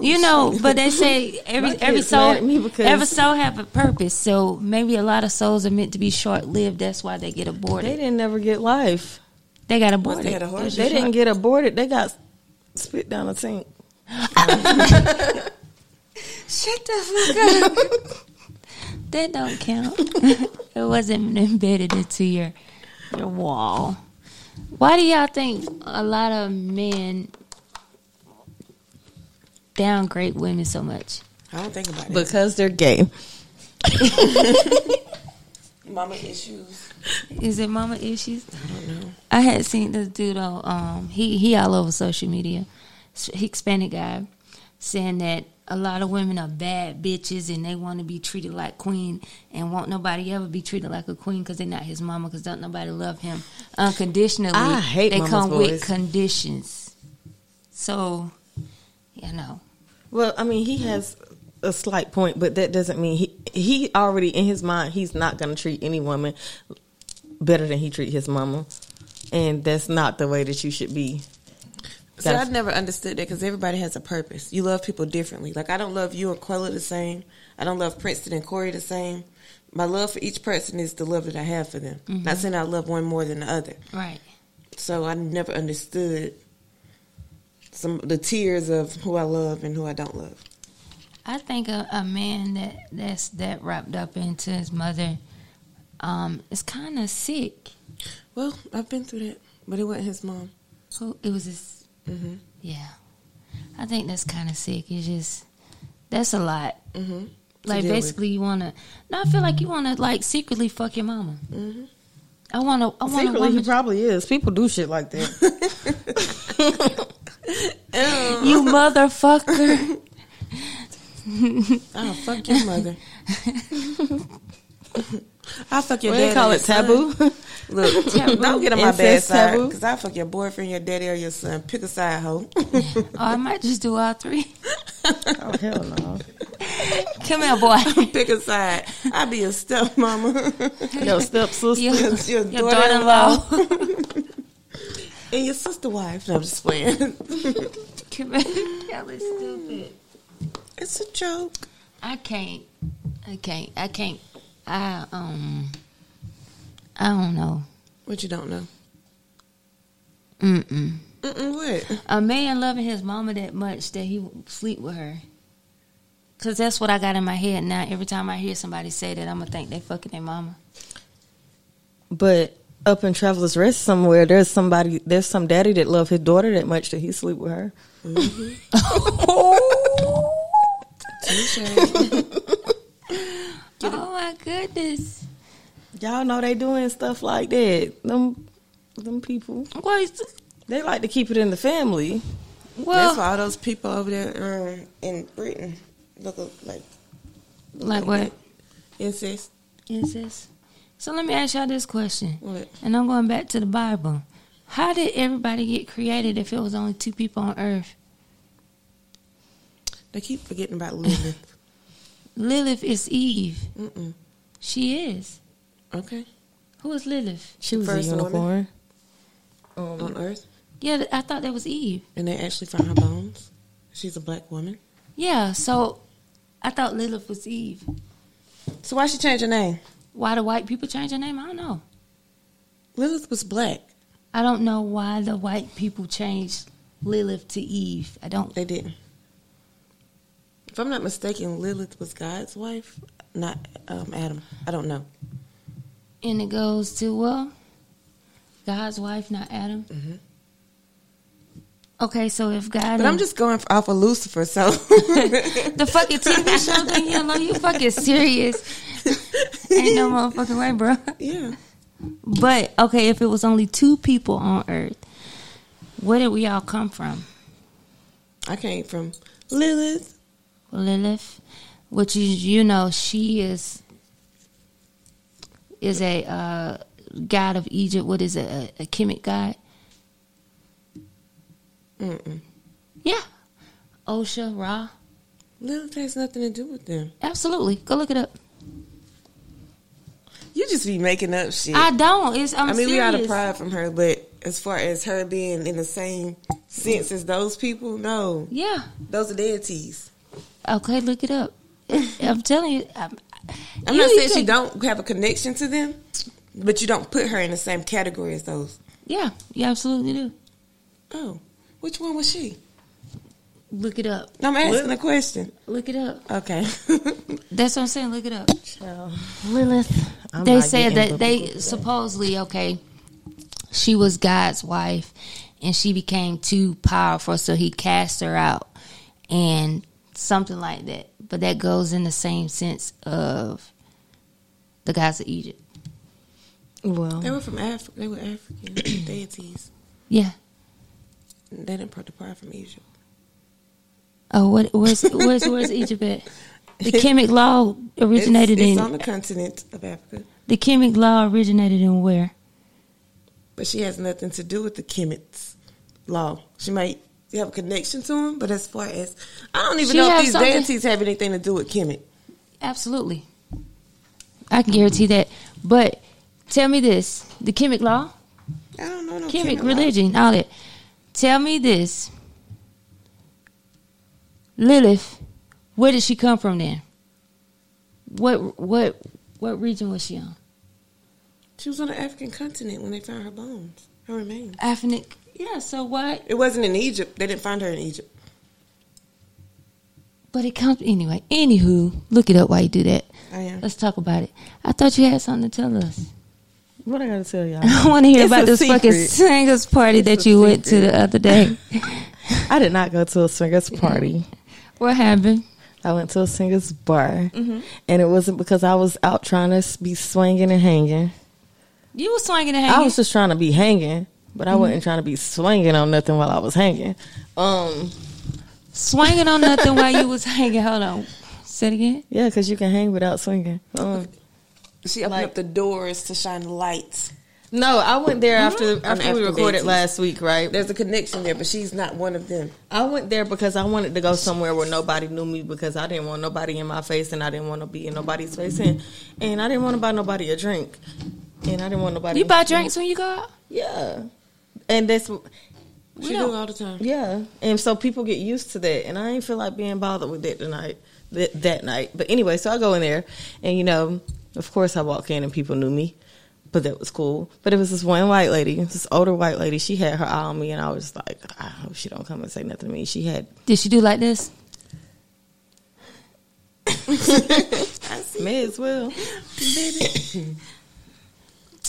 A: You know, but they say every
C: My
A: every
C: kids mad
A: soul
C: at me because-
A: every soul have a purpose. So maybe a lot of souls are meant to be short lived. That's why they get
C: They
A: aborted.
C: didn't never get life.
A: They got
B: Once
A: aborted.
B: they had a heart
C: They didn't get aborted. They got spit down a tank.
A: Shut the fuck up. that don't count. it wasn't embedded into your your wall. Why do y'all think a lot of men downgrade women so much?
B: I don't think about it.
C: Because they're gay.
B: Mama issues.
A: Is it mama issues?
B: I don't know.
A: I had seen this dude on um he he all over social media, s- Hispanic guy, saying that a lot of women are bad bitches and they want to be treated like queen and won't nobody ever be treated like a queen because they're not his mama because don't nobody love him unconditionally.
C: I hate
A: they
C: mama's
A: come
C: boys.
A: with conditions. So, you know,
C: Well, I mean, he has a slight point, but that doesn't mean he he already in his mind he's not going to treat any woman better than he treat his mama, and that's not the way that you should be.
B: So
C: That's-
B: I've never understood that because everybody has a purpose. You love people differently. Like I don't love you and Quella the same. I don't love Princeton and Corey the same. My love for each person is the love that I have for them. Not saying I love one more than the other.
A: right.
B: So I never understood some the tiers of who I love and who I don't love.
A: I think a, a man that that's that wrapped up into his mother, um, is kind of sick.
B: Well, I've been through that, but it wasn't his mom.
A: Who it was his
B: Mm-hmm.
A: Yeah. I think that's kind of sick. It's just, that's a lot.
B: Mm-hmm.
A: Like,
B: deal with.
A: basically, you want to, no, I feel like you want to, like, secretly fuck your mama.
B: Mhm.
A: I want to, I want a
C: Secretly, he
A: woman.
C: probably is. People do shit like that.
A: you motherfucker.
B: I'll Oh, fuck your mother. I'll fuck your
C: What
B: dad.
C: they call
B: and
C: it
B: your son.
C: taboo.
B: Look, don't get on my bad
C: Incest
B: side
C: taboo.
B: because I fuck your boyfriend, your daddy, or your son. Pick a side, hoe.
A: oh, I might just do all three.
C: oh hell no!
A: Come here, boy.
B: Pick a side. I be your stepmama,
C: Your stepsister.
A: Your,
B: your, your
A: your daughter-in-law.
B: daughter-in-law, and your sister wife. No, I'm just playing.
A: Come here. Y'all is stupid.
B: it's a joke.
A: I can't. I can't. I can't. I, um, I don't know.
B: What you don't know?
A: Mm-mm.
B: Mm-mm, what?
A: A man loving his mama that much that he sleep with her. Cause that's what I got in my head now. Every time I hear somebody say that, I'm gonna think they fucking their mama.
C: But up in Travelers Rest somewhere, there's somebody, there's some daddy that love his daughter that much that he sleep with her. Mm-hmm.
A: Oh my goodness!
C: Y'all know they doing stuff like that. Them, them people,
A: Well, it's-
C: they like to keep it in the family.
B: That's
A: well,
B: why all those people over there um, in Britain look like
A: like what?
B: incest.
A: Incest. So let me ask y'all this question,
B: What?
A: and I'm going back to the Bible. How did everybody get created if it was only two people on Earth?
B: They keep forgetting about Lilith.
A: Lilith is Eve.
B: Mm-mm.
A: She is.
B: Okay.
A: Who is Lilith?
C: She was
B: First
C: a
B: woman.
C: unicorn. Um,
B: On Earth.
A: Yeah, I thought that was Eve.
B: And they actually found her bones. She's a black woman.
A: Yeah, so I thought Lilith was Eve.
B: So why she change her name?
A: Why do white people change their name? I don't know.
B: Lilith was black.
A: I don't know why the white people changed Lilith to Eve. I don't.
B: They didn't. If I'm not mistaken, Lilith was God's wife, not um, Adam. I don't know.
A: And it goes to well, God's wife, not Adam. Okay, so if God,
B: Mm-hmm. But I'm just going off of Lucifer, so.
A: the fucking TV show thing. You know, you fucking serious. Ain't no motherfucking way, bro.
B: yeah.
A: But okay, if it was only two people on Earth, where did we all come from?
B: I came from Lilith.
A: Lilith, which is you know she is is a uh, god of Egypt. What is it? A, a Kemet god?
B: Mm-mm.
A: Yeah, Osha Ra.
B: Lilith has nothing to do with them.
A: Absolutely, go look it up.
B: You just be making up shit.
A: I don't. It's I'm
B: I mean, we
A: serious.
B: got a pride from her, but as far as her being in the same sense as those people, no.
A: Yeah.
B: Those are deities.
A: Okay, look it up. I'm telling you. I'm,
B: I'm
A: you-
B: not
A: you
B: saying she
A: take-
B: don't have a connection to them, but you don't put her in the same category as those.
A: Yeah, you absolutely do.
B: Oh, which one was she?
A: Look it up.
B: I'm asking a question.
A: Look it up.
B: Okay.
A: That's what I'm saying. Look it up.
C: Lilith.
A: they said that they supposedly okay she was god's wife and she became too powerful so he cast her out and something like that but that goes in the same sense of the gods of egypt
B: they
C: Well,
B: were from Africa. They were African deities.
A: yeah
B: They didn't depart from Egypt.
A: oh what where's where's, where's egypt at the Kemet law originated
B: it's, it's
A: in
B: on the continent of Africa,
A: the Kemet law originated in where?
B: but she has nothing to do with the Kemet's law. She might have a connection to them, but as far as I don't even
A: She
B: know
A: have
B: if these
A: something-
B: deities have anything to do with Kemet.
A: Absolutely, I can guarantee that. But tell me this: the Kemet law
B: I don't know no Kemet
A: Kemet
B: law.
A: religion, all that. Tell me this. Lilith, where did she come from then? What what what region was she on?
B: She was on the African continent when they found her bones, her remains.
A: Afinic. Yeah, so what?
B: It wasn't in Egypt. They didn't find her in Egypt.
A: But it comes anyway. Anywho, look it up while you do that.
C: Oh,
B: I am.
A: Let's talk about it. I thought you had something to tell us.
C: what I gotta tell y'all?
A: I want to hear
C: It's
A: about
C: a
A: this fucking
C: secret.
A: singles party
C: It's
A: that
C: a
A: you went to the other day.
C: I did not go to a swingers party.
A: what happened?
C: I went to a singer's bar, and it wasn't because I was out trying to s- be swinging and hanging.
A: You were swinging and hanging.
C: I was just trying to be hanging, but I wasn't trying to be swinging on nothing while I was hanging. Um,
A: swinging on nothing while you was hanging. Hold on. Say it again.
C: yeah, because you can hang without swinging. Um,
B: She opened
C: Like-
B: up the doors to shine the light.
C: no, I went there after
B: On
C: after we
B: After
C: recorded
B: Daisies.
C: last week, right?
B: There's a connection there, but she's not one of them.
C: I went there because I wanted to go somewhere where nobody knew me because I didn't want nobody in my face and I didn't want to be in nobody's face and, and I didn't want to buy nobody a drink and I didn't want nobody.
A: You buy drinks when you go out?
C: Yeah, and that's
B: She do all the time.
C: yeah, and so people get used to that, and I ain't feel like being bothered with that tonight, that, that night. But anyway, so I go in there, and you know, of course, I walk in and people knew me, but that was cool. But it was this one white lady, this older white lady. She had her eye on me, and I was like, "Oh, I hope she don't come and say nothing to me. She had
A: Did she do like this?
C: May as well.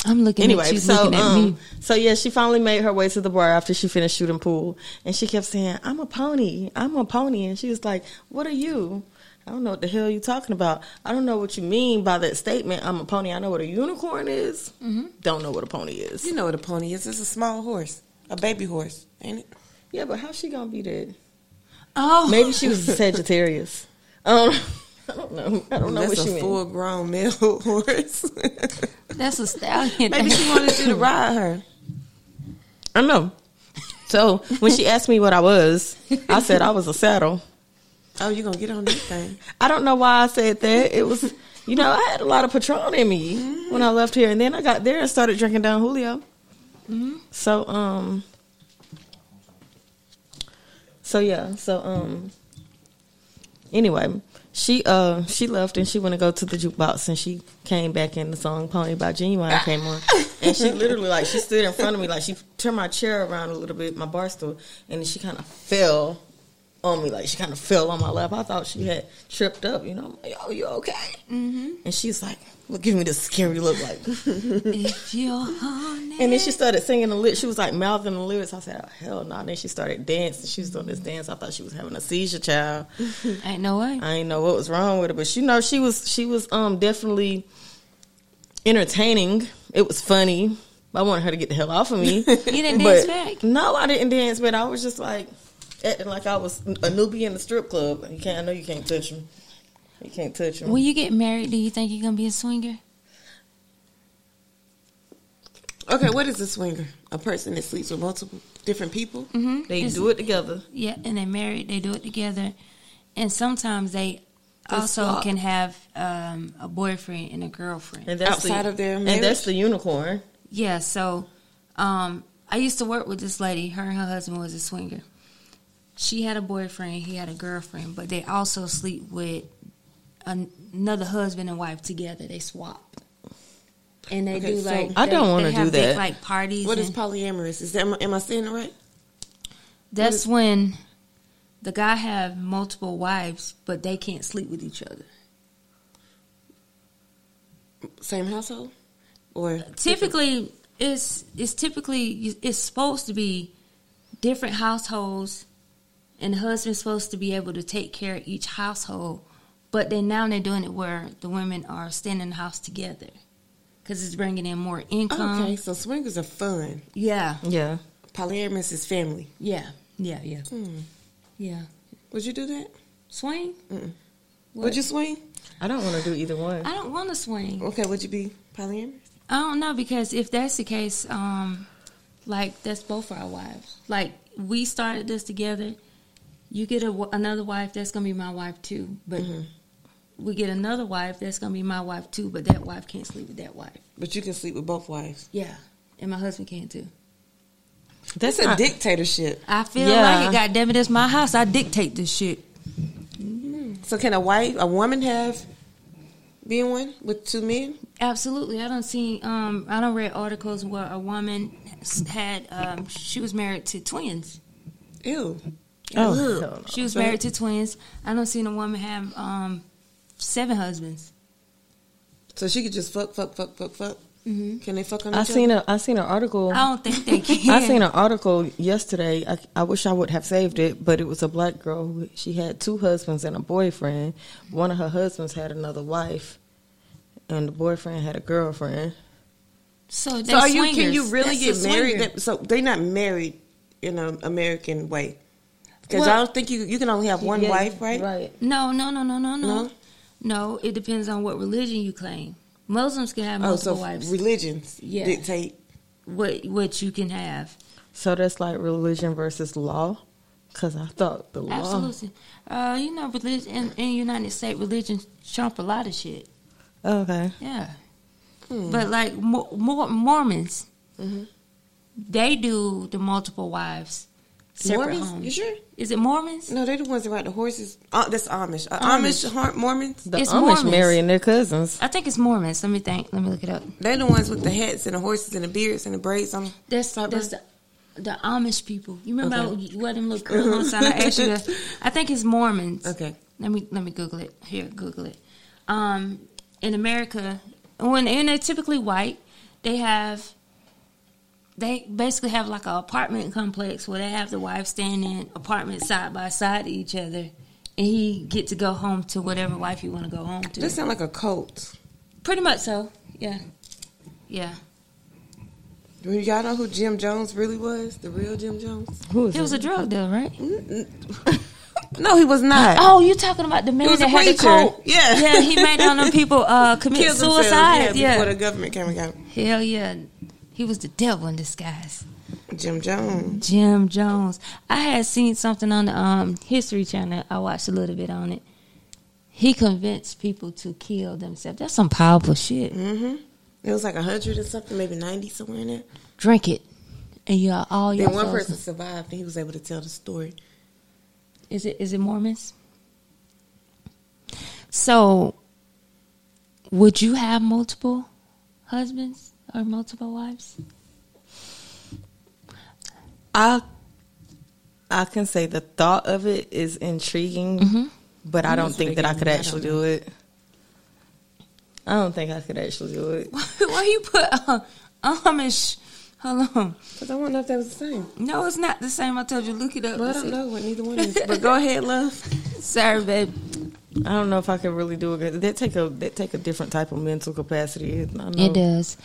A: I'm looking at
C: Anyway,
A: you,
C: so
A: looking at me.
C: um, so yeah, she finally made her way to the bar after she finished shooting pool, and she kept saying, "I'm a pony, I'm a pony," and she was like, "What are you?" I don't know what the hell you talking about. I don't know what you mean by that statement. I'm a pony. I know what a unicorn is.
A: Mm-hmm.
C: Don't know what a pony is.
B: You know what a pony is? It's a small horse, a baby horse, ain't it?
C: Yeah, but how's she gonna be that?
A: Oh,
C: Maybe she was a Sagittarius. I don't. I don't know. I don't know
B: That's
C: what she
B: a
C: meant.
B: full-grown male horse.
A: that's a stallion.
B: Maybe she wanted you to ride her.
C: I know. So when she asked me what I was, I said I was a saddle.
B: Oh, you gonna get on this thing?
C: I don't know why I said that. It was, you know, I had a lot of Patron in me when I left here, and then I got there and started drinking Don Julio. So, um, so yeah, so um, anyway, she uh she left and she went to go to the jukebox and she came back and the song "Pony" by Genuine came on, and she literally like she stood in front of me like she turned my chair around a little bit, my bar stool, and then she kind of fell on me. Like she kind of fell on my lap. I thought she had tripped up. You know, I'm like, "Yo, you okay?" Mm-hmm. And she's like, "Look, give me this scary look." Like,
A: If you're honest.
C: and then she started singing the lyrics. She was like mouthing the lyrics. I said, oh, "Hell no!" Then she started dancing. She was doing this dance. I thought she was having a seizure, child.
A: Ain't no way.
C: I didn't know what was wrong with her, but you know, she was she was um definitely entertaining. It was funny. I wanted her to get the hell off of me.
A: You didn't
C: But-
A: dance back.
C: No, I didn't dance, but I was just like acting like I was a newbie in the strip club. You can't. I know you can't touch him. You can't touch him.
A: When you get married, do you think you're gonna be a swinger?
B: Okay, what is a swinger? A person that sleeps with multiple different people.
A: Mm-hmm.
C: they do it together.
A: Yeah, and they're married. They do it together, and sometimes they also
B: swap.
A: can have um, a boyfriend and a girlfriend.
C: And that's
B: Outside
C: the,
B: of their
C: and that's
B: marriage?
C: the unicorn.
A: Yeah, so um, I used to work with this lady. Her and her husband was a swinger. She had a boyfriend, he had a girlfriend, but they also sleep with an- another husband and wife together. They swap. And they
B: Okay,
A: do
B: so-
A: like
C: I
A: they-
C: don't
A: they
C: wanna do
A: have big,
C: that.
A: Like parties.
B: What is
A: and-
B: polyamorous? Is that am I, am I saying it right?
A: that's when the guy have multiple wives, but they can't sleep with each other.
B: Same household, or
A: typically it's it's typically it's supposed to be different households and the husband's supposed to be able to take care of each household but then now they're doing it where the women are staying in the house together because it's bringing in more income
B: Oh, Okay, so swingers are fun.
A: yeah
C: Yeah.
B: Polyamorous is family.
A: yeah yeah yeah
B: Hmm.
A: yeah
B: Would you do that?
A: swing
B: Would you swing?
C: I don't want to do either one.
A: i don't want to swing
B: Okay, would you be polyamorous?
A: I don't know because if that's the case, um, like that's both our wives. Like we started this together. You get a, w- another wife, that's gonna be my wife too. But we get another wife, that's gonna be my wife too. But that wife can't sleep with that wife.
B: But you can sleep with both wives.
A: Yeah, and my husband can too.
C: that's
B: It's a dictatorship.
A: I feel
C: Yeah.
A: like it. God damn it, it's my house. I dictate this shit.
B: So can a wife, a woman, have being one with two men?
A: Absolutely, I don't see. Um, I don't read articles where a woman s- had. Um, she was married to twins.
B: Ew.
C: Oh,
A: Ugh.
C: hell no.
A: she was married to twins. I don't seen a woman have um, seven husbands.
B: So she could just fuck, fuck, fuck, fuck, fuck.
A: Mm-hmm.
B: Can they fuck on
C: I
B: each
C: seen
B: other?
C: a I seen an article.
A: I don't think they can.
C: Oh. I seen an article yesterday. I, I wish I would have saved it, but it was a black girl. Who, she had two husbands and a boyfriend. One of her husbands had another wife, and the boyfriend had a girlfriend.
A: So,
B: So are you? Can you really
A: That's
B: get
A: a
B: married?
A: swinger.
B: That, so they not married in an American way. Because I
A: Well-
B: don't think you you can only have one
C: Yeah,
B: wife, right?
C: Right.
A: No, no, no, no, no, no.
B: No?
A: No, it depends on what religion you claim. Muslims can have
B: Oh,
A: multiple
B: so
A: wives.
B: religions
A: Yeah.
B: dictate.
A: what what you can have?
C: So that's like religion versus law. Because I thought the law.
A: Absolutely. Uh, you know, religion in, in United States, religion chomp a lot of shit.
C: Okay.
A: Yeah. But like Mo- Mo- Mormons, they do the multiple wives, separate
B: Mormons?
A: homes.
B: You sure?
A: Is it Mormons?
B: No, they're the ones that ride the horses. Uh, that's Amish. Uh,
A: Amish.
B: Amish, har- Mormons.
C: The
A: It's
C: Amish
A: Mormons.
C: marrying their cousins.
A: I think it's Mormons. Let me think. Let me look it up.
B: They're the ones with the hats and the horses and the beards and the braids on. 'em.
A: That's
B: Sorry,
A: that's
B: bro.
A: the, the Amish people. You remember how you- what them little curls on the side? I asked you. that? I think it's Mormons.
B: Okay.
A: Let me let me Google it. Here, Google it. Um, in America, when and they're typically white, they have they basically have like an apartment complex where they have the wife staying in apartments side by side to each other, and he get to go home to whatever wife you want to go home to.
B: This sound like a cult.
A: Pretty much so. Yeah, yeah.
B: Do y'all know who Jim Jones really was? The real Jim Jones?
C: Who is
A: He was a drug dealer, right?
B: No, he was not.
A: Oh, you talking about the man
B: was
A: that
B: a
A: had the
B: preacher.
A: coat?
B: Yeah.
A: yeah. He made all them people uh, commit
B: Killed themselves,
A: suicide. Yeah,
B: before the government came and got him.
A: hell yeah. He was the devil in disguise.
B: Jim Jones.
A: Jim Jones. I had seen something on the um, History Channel. I watched a little bit on it. He convinced people to kill themselves. That's some powerful shit.
B: hmm It was like a hundred or something, maybe ninety somewhere in there.
A: Drink it, and you're all your.
B: Then one person survived, and he was able to tell the story.
A: Is it is it Mormons? So, would you have multiple husbands or multiple wives?
C: I I can say the thought of it is intriguing, but I don't think that I could actually do it. I don't think I could actually do it.
A: Why you put uh, Amish? Hold on.
B: Because I want to know if that was the same.
A: No, it's not the same. I told you, look it up.
B: But I don't know what neither one is. But go ahead, love.
A: Sorry, babe.
C: I don't know if I could really do it. 'cause That take a that take a different type of mental capacity. I don't know.
A: It does.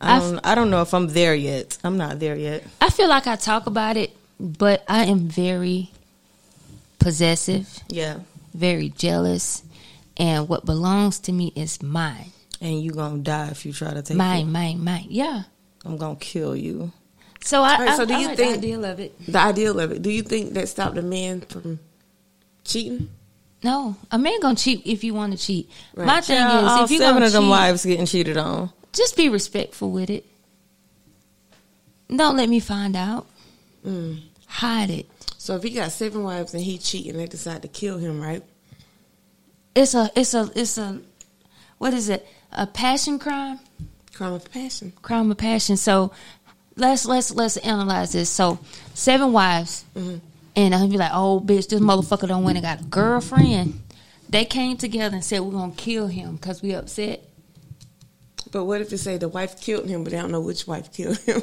C: I don't, I don't know if I'm there yet. I'm not there yet.
A: I feel like I talk about it, but I am very possessive,
C: Yeah,
A: very jealous, and what belongs to me is mine.
C: and you gonna die if you try to take
A: Mine,
C: it.
A: mine, mine. Yeah.
C: I'm gonna kill you.
A: So I,
B: All right, so
A: I,
B: do
A: I
B: you
A: like
B: think-
A: the idea of it?
B: The ideal of it. Do you think that stopped a man from cheating?
A: No, a man gonna cheat if you want to cheat.
B: Right.
A: My thing
C: Child, all
A: is, if you
C: seven
A: gonna
C: of them
A: cheat,
C: wives getting cheated on.
A: just be respectful with it. Don't let me find out.
B: Mm.
A: Hide it.
B: So if he got seven wives and he cheating, they decide to kill him, right?
A: It's a, it's a, it's a, what is it? A passion crime.
B: Crime of passion.
A: crime of passion. So let's let's let's analyze this. So seven wives,
B: Mm-hmm.
A: and I'll be like, oh bitch, this motherfucker don't win and got a girlfriend. They came together and said we're gonna kill him because we upset.
B: But what if they say the wife killed him, but they don't know which wife killed him?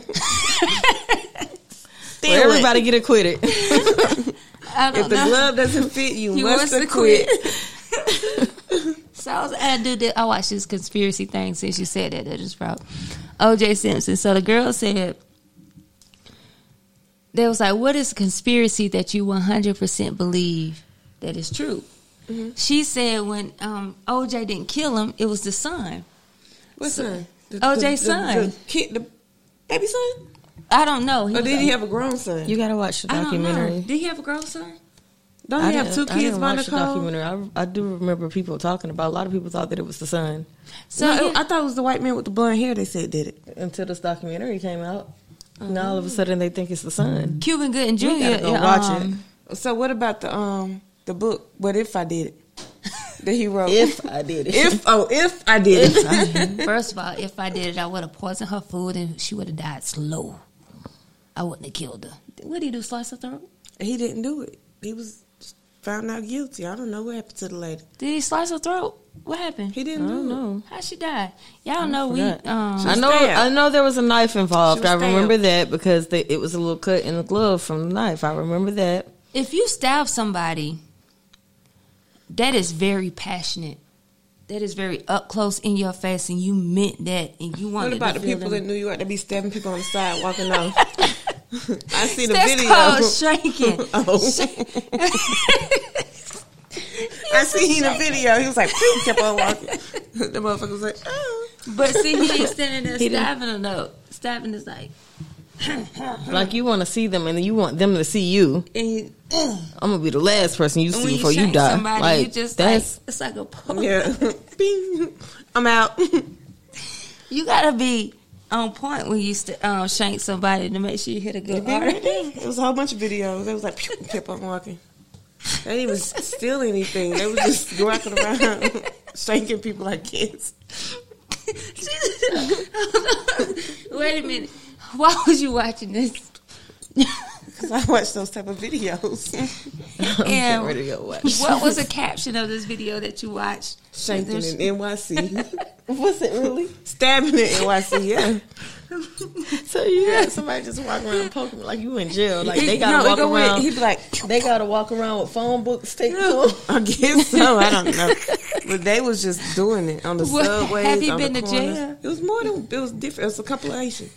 C: Well, everybody get acquitted.
A: I
B: If
A: don't
B: the
A: know.
B: glove doesn't fit, you,
A: You
B: must,
A: must
B: acquit.
A: So I, was, I do that. I watched this conspiracy thing since you said that. That just brought O.J. Simpson. So the girl said. They was like, "What is a conspiracy that you one hundred percent believe that is true?" She said, "When um, OJ didn't kill him, it was the son.
B: What's son? The,
A: OJ
C: Oh,
B: the- the-
A: son.
B: The, kid, the baby son?
A: I don't know. He was
B: Or Oh, did
A: a-
B: he have a grown son?
C: you gotta watch the
A: I don't know.
C: documentary.
A: Did he have a grandson?
B: don't
C: I
B: he have
C: didn't-
B: two
C: I
B: kids
C: didn't
B: by
C: watch the
B: Nicole?
C: documentary. I, I do remember people talking about. A lot of people thought that it was the son
A: So
B: no, it-
A: yeah,
B: I thought it was the white man with the blonde hair they said did it.
C: until this documentary came out. Now all
A: Oh.
C: of a sudden they think it's the son.
A: Cuban Good and Jr.
C: We gotta go
A: yeah,
C: watch
A: um,
B: So what about the um the book, What If I Did It? That he wrote.
C: it. If I did it,
B: if oh, if I did it.
A: First of all, if I did it, I would have poisoned her food and she would have died slow. I wouldn't have killed her. What did he do? Slice her throat?
B: he didn't do it. He was found out guilty. I don't know what happened to the lady.
A: Did he slice her throat? What happened?
B: He
C: I
B: didn't
C: don't
B: do it.
C: know.
A: How she died? Y'all know we.
C: forgot.
A: Um,
C: I know.
B: stabbed.
C: I know there was a knife involved.
B: She was
C: I remember that because they, it was a little cut in the glove from the knife. I remember that.
A: if you stab somebody, that is very passionate. That is very up close in your face, and you meant that, and you
B: What
A: wanted.
B: about the
A: feel
B: people
A: them.
B: in New York that be stabbing people on the side walking off? I see the
A: That's
B: video. Oh.
A: called shaking.
B: I seen the video. He was like, "Pew," kept on walking. the motherfucker was like, oh.
A: But see, he ain't standing there
C: didn't-
A: stabbing her though. Stabbing is like,
C: Like you want to see them, and then you want them to see you.
B: And he,
C: I'm gonna be the last person you
A: when
C: see
A: you
C: before you
A: shank
C: die.
A: somebody,
C: like
A: you just
C: that's
A: like it's like a poem.
B: yeah, Bing. I'm out.
A: You gotta be on point when you st- um, shank somebody to make sure you hit a good artery.
B: it was a whole bunch of videos. It was like, pew, kept on walking. They didn't even steal anything. They was just walking around, shanking people like kids.
A: Wait a minute. Why was you watching this?
B: Cause I watch those type of videos.
A: And
C: ready to go watch.
A: what was the caption of this video that you watched?
B: Shanking
A: There's-
B: in NYC.
C: Was it really?
B: Stabbing in NYC, yeah.
C: So you got somebody just walking around poking like you in jail. Like they
B: No,
C: gotta
B: it
C: walk
B: go in,
C: around.
B: He'd be like,
C: they gotta walk around with phone books taped to 'em.
B: I guess so. I don't know. But they was just doing it on the
A: What-
B: subways.
A: have you
B: on
A: been
B: the
A: to
B: corners.
A: jail?
B: It was more than it was different. It was a compilation.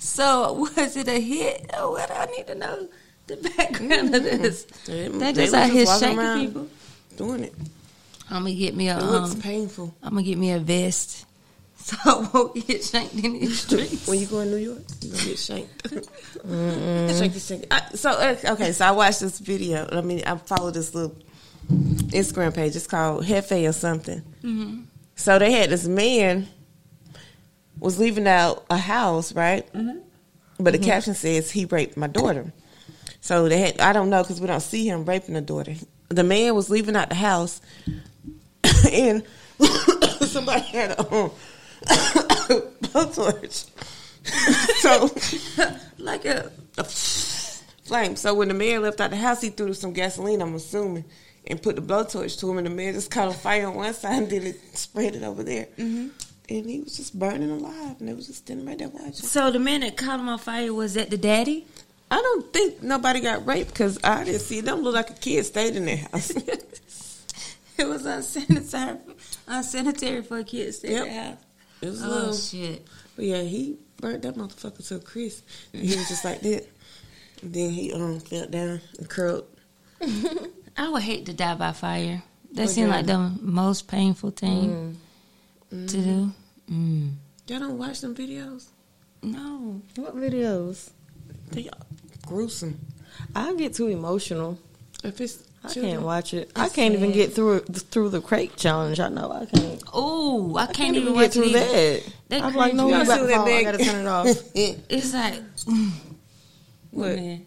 A: So was it a hit? Oh, what I need to know the background of this.
B: They-
A: Mm-hmm. They
B: they
A: just
B: was
A: out here
B: walking
A: shaking
B: around
A: people.
B: doing it.
A: I'm gonna get me a.
B: It looks
A: Um,
B: painful
A: I'm gonna get me a vest, so I won't get shanked in the streets.
B: when you go in New York. You gonna get shanked. Shaky, shaky. I, so uh, okay, so I watched this video. I mean, I follow this little Instagram page. It's called Hefe or something. Mm-hmm. So they had this man was leaving out a house, right? But
A: Mm-hmm.
B: the caption says he raped my daughter. So they had I don't know because we don't see him raping the daughter. The man was leaving out the house, and somebody had a um, blowtorch. so
A: like a
B: flame. So when the man left out the house, he threw some gasoline, I'm assuming, and put the blowtorch to him, and the man just caught a fire on one side and then it spread it over there. Mm-hmm. And he was just burning alive, and they was just standing right there watching.
A: so the man that caught him on fire was that the daddy.
B: I don't think nobody got raped because I didn't see it. Don't look like a kid stayed in their house.
A: It was unsanitary, unsanitary for kids. to
B: Yep.
A: have.
B: It was a
A: Oh
B: little,
A: shit!
B: but yeah, he burnt that motherfucker to a crisp. And he was just like that. And then he um fell down and curled.
A: I would hate to die by fire. That seemed like the most painful thing to do. Mm.
B: Y'all don't watch them videos?
A: No,
C: What videos?
B: They gruesome.
C: I get too emotional.
B: If it's
C: I
B: children-
C: can't watch it. I can't even get through through the crate challenge. I know I can't.
A: oh, I, can't, even
C: get
A: watch
C: through
A: it. either.
C: that.
A: That
C: I'm like,
A: cringe-
C: no,
A: You
C: I'm
B: see
C: about to
B: that
C: fall. I
B: big-
C: gotta turn it off.
A: It's like
B: What?
A: Man.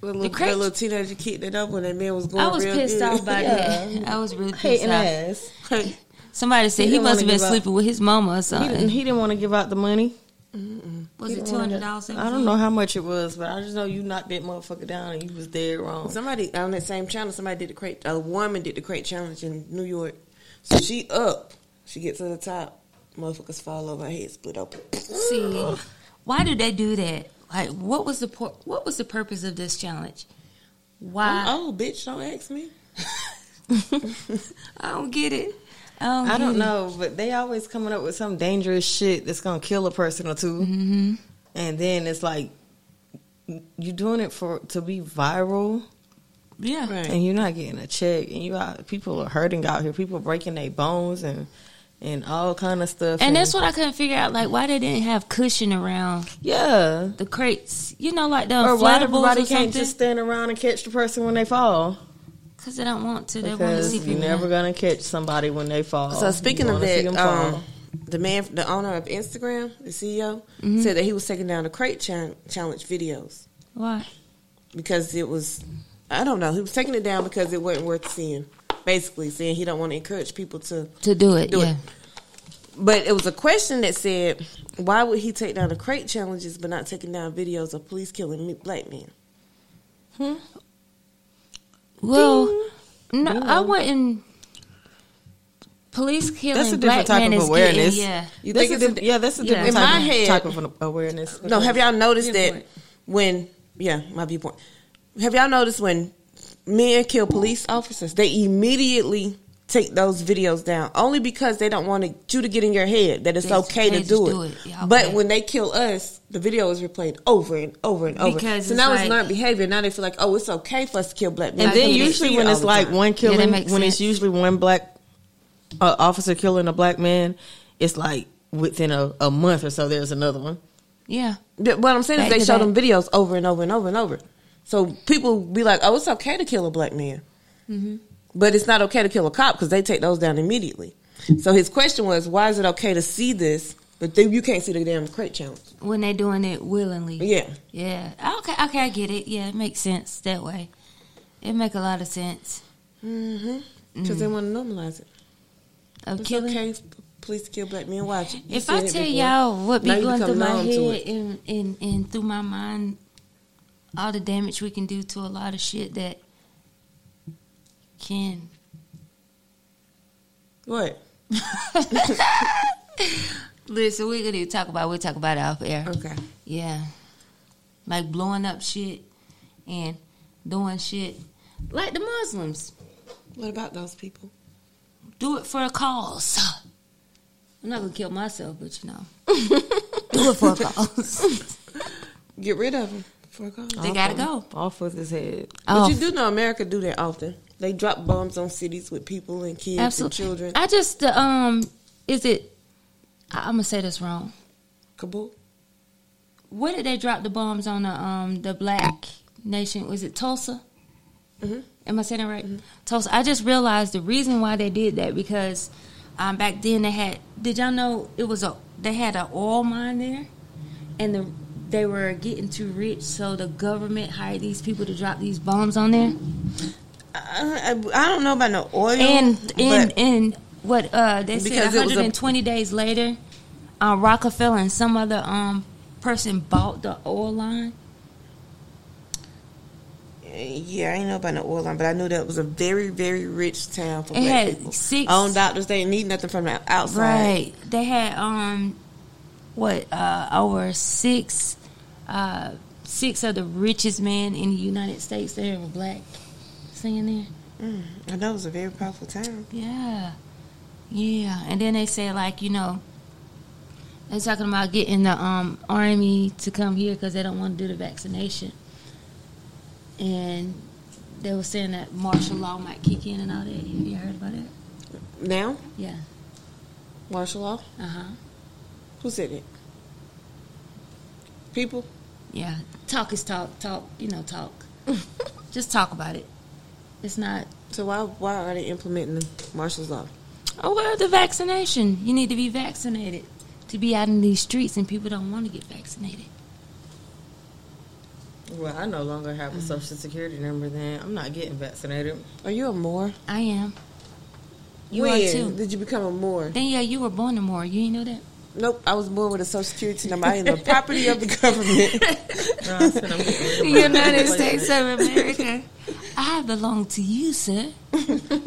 B: The little,
A: crazy-
B: that little teenager kicked it up when that man was going.
A: I was
B: real
A: pissed
B: good.
A: off by that.
C: Yeah.
A: I was really pissed
C: Hating
A: off.
C: ass.
B: Hey,
A: Somebody said
C: He
A: he,
C: didn't
A: must have
C: wanna
A: been
C: give up.
A: sleeping with his mama or
C: He didn't,
A: something.
C: he didn't want to give out the money.
A: was it two hundred dollars?
C: I don't know how much it was, but I just know you knocked that motherfucker down and you was dead wrong.
B: somebody on that same channel. Somebody did the crate. A woman did the crate challenge in New York. So she up. She gets to the top. Motherfuckers fall over. Her head split open.
A: See, why do they do that? Like, what was the por- what was the purpose of this challenge? Why
B: Oh, bitch! Don't ask me.
A: I don't get it. I don't,
C: I don't
A: get it.
C: know, but they always coming up with some dangerous shit that's gonna kill a person or 2 mm-hmm. and then it's like you doing it for to be viral,
A: Yeah,
B: Right.
C: and you're not getting a check, and you out people are hurting out here, people breaking their bones and and all kind of stuff,
A: and that's what I couldn't figure out. Like, why they didn't have cushion around
C: yeah.
A: the crates? You know, like the
C: Or why
A: inflatables
C: everybody
A: or something.
C: can't just stand around and catch the person when they fall?
A: Because they don't want to. They want to
C: Because
A: see
C: you're
A: people.
C: never gonna catch somebody when they fall.
B: So speaking
C: You
B: of
C: wanna Oh, see
B: that,
C: them fall.
B: um, the man, the owner of Instagram, the CEO, said that he was taking down the crate chan- challenge videos
A: why?
B: because it was, I don't know, he was taking it down because it wasn't worth seeing. Basically, saying he don't want to encourage people to
A: To do it.
B: Do it.
A: yeah.
B: But it was a question that said, why would he take down the crate challenges but not taking down videos of police killing me- black men?
A: Well, no, I wouldn't. Police killing
C: that's a
A: black
C: different type
A: men
C: of
A: is
C: awareness.
A: Getting, yeah.
B: You
C: That's
B: think
C: a
B: it's a-
C: diff- yeah, that's a
A: yeah.
C: different
A: In
C: type,
B: my
C: of,
B: head-
C: type of an awareness.
B: No, have y'all noticed that
A: Viewpoint.
B: when, yeah, my viewpoint. Have y'all noticed when men kill police officers, they immediately take those videos down only because they don't want you to get in your head that it's
A: They-
B: okay
A: they
B: to
A: just
B: do it.
A: do it. Yeah,
B: But
A: okay.
B: when they kill us, the video is replayed over and over and over.
A: Because
B: so
A: it's
B: now
A: like-
B: it's learned behavior. Now they feel like, oh, it's okay for us to kill black men.
C: And
A: I
C: then
A: think they
C: usually
B: see
C: when
B: it all
C: it's
B: the
C: like
B: time.
C: one killing, when
A: makes sense.
C: it's usually one black uh, officer killing a black man, it's like within a, a month or so there's another one.
A: Yeah.
B: Th- What I'm saying
A: Back
B: is
A: to
B: they show
A: that.
B: them videos over and over and over and over. So people be like, oh, it's okay to kill a black man.
A: Mm-hmm.
B: But it's not okay to kill a cop because they take those down immediately. So his question was, why is it okay to see this, but then you can't see the damn crate challenge?
A: When they doing it willingly.
B: Yeah.
A: Yeah. Okay. Okay. I get it. Yeah. It makes sense that way. It make a lot of sense. Mm-hmm.
B: Because Mm-hmm. they want to normalize it.
A: Of
B: It's
A: killing.
B: okay for police to kill black men. Watch. it. You
A: If
B: said
A: I
B: it
A: tell
B: before.
A: y'all what be
B: Now you
A: going
B: become
A: through my
B: numb to
A: head
B: it.
A: and, and, and through my mind all the damage we can do to a lot of shit that can.
B: What?
A: Listen, we're gonna talk about. We'll talk about it off air.
B: Okay.
A: Yeah. Like blowing up shit and doing shit like the Muslims.
B: What about those people?
A: Do it for a cause. I'm not gonna kill myself, but you know. Do it for a cause.
B: Get rid of them for a cause.
A: they gotta go.
C: Off with his head.
A: Oh,
B: But you do know America do that often. They drop bombs on cities with people and kids
A: absolutely.
B: and children.
A: I just the um is it I, I'm gonna say this wrong.
B: Kabul.
A: Where did they drop the bombs on the um the black nation? Was it Tulsa?
B: Mm-hmm.
A: Am I saying it right? Tulsa. I just realized the reason why they did that because um, back then they had. Did y'all know it was a? They had an oil mine there, and the they were getting too rich, so the government hired these people to drop these bombs on there.
B: Uh, I, I, I don't know about no oil.
A: And and
B: but uh,
A: and what uh, they said
B: Because it was a-
A: 120 days later, uh, Rockefeller and some other um person bought the oil line.
B: yeah, I ain't know about no oil line, but I knew that was a very, very rich town for
A: It
B: black
A: had
B: people.
A: six-
B: Own doctors, they didn't need nothing from the outside.
A: Right. They had um what uh over six uh six of the richest men in the United States there were black singing there.
B: I know it was a very powerful town.
A: Yeah. Yeah. And then they say like, you know, they're talking about getting the um army to come here cuz they don't want to do the vaccination. And they were saying that martial law might kick in and all that. Have you heard about that?
B: Now,
A: Yeah.
B: martial law.
A: Uh-huh.
B: Who said it? People.
A: Yeah, talk is talk. Talk, you know, talk. Just talk about it. It's not.
B: So why why are they implementing the martial law?
A: Oh, well, the vaccination. You need to be vaccinated to be out in these streets, and people don't want to get vaccinated.
C: Well, I no longer have a social security number. Then I'm not getting vaccinated.
B: Are you a Moor?
A: I am. You
B: when
A: are too.
B: Did you become a Moor?
A: Then yeah, you were born a Moor. You ain't know that.
B: Nope, I was born with a social security number. I am the property of the government.
C: No, I said I'm getting rid of my-
A: United States of America. I belong to you, sir,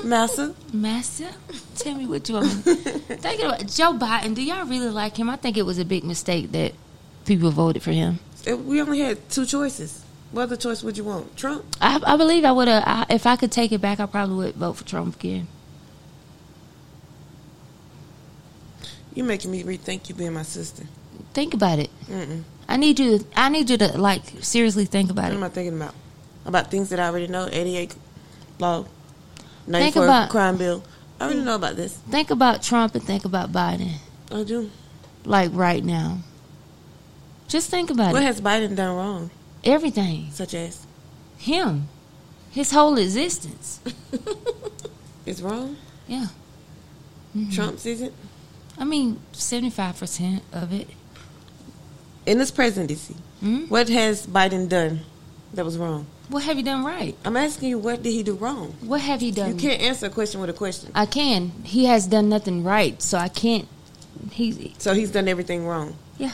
B: Massa.
A: master. Tell me what you want. me- Thinking about Joe Biden. Do y'all really like him? I think it was a big mistake that people voted for him.
B: If we only had two choices. What other choice would you want? Trump?
A: I, I believe I would have. If I could take it back, I probably would vote for Trump again.
B: You making me rethink you being my sister.
A: Think about it.
B: Mm-mm.
A: I need you. To, I need you to like seriously think about
B: What am
A: it.
B: I thinking about? About things that I already know. 88 law. 94
A: Think about-
B: crime bill. I already know about this.
A: Think about Trump and think about Biden.
B: I do.
A: Like right now. Just think about
B: What
A: it.
B: has Biden done wrong?
A: Everything.
B: Such as
A: Him. His whole existence.
B: it's wrong.
A: Yeah. Mm-hmm.
B: Trump's isn't.
A: I mean, seventy-five percent of it.
B: In this presidency,
A: Mm?
B: what has Biden done that was wrong?
A: What have you done right?
B: I'm asking you, what did he do wrong?
A: What have you done?
B: You can't answer a question with a question.
A: I can. He has done nothing right, so I can't. He.
B: So he's done everything wrong.
A: Yeah.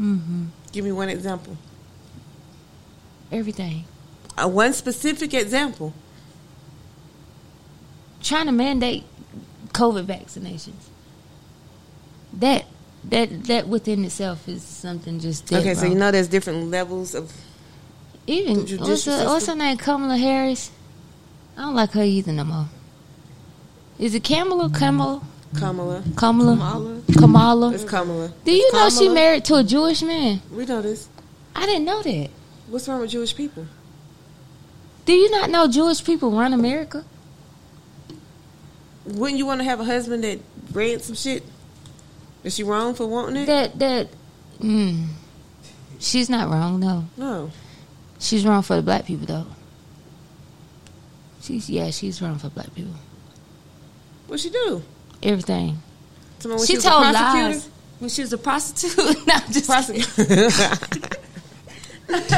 A: Mm-hmm.
B: Give me one example.
A: Everything.
B: Uh, one specific example.
A: trying to mandate COVID vaccinations. That that that within itself is something just dead
B: okay, so
A: wrong.
B: you know there's different levels of
A: even
B: the
A: what's
B: judicial
A: her, what's her
B: system-
A: name Kamala Harris. I don't like her either no more. Is it Kamala? Kamala?
B: Kamala.
A: Kamala?
B: Mm-hmm. Kamala.
A: Kamala?
B: It's Kamala.
A: Do you know she
B: Kamala.
A: married to a Jewish man?
B: We know this.
A: I didn't know that.
B: What's wrong with Jewish people?
A: Do you not know Jewish people run America?
B: Wouldn't you want to have a husband that read some shit? Is she wrong for wanting it?
A: That that. Mm, she's not wrong though.
B: No.
A: She's wrong for the black people though. She's yeah, she's wrong for black people.
B: What she do?
A: Everything.
B: Tell me when
A: she,
B: was a
A: told
B: prosecutor?
A: lies when she was a prostitute. Not just
B: Prosecutor.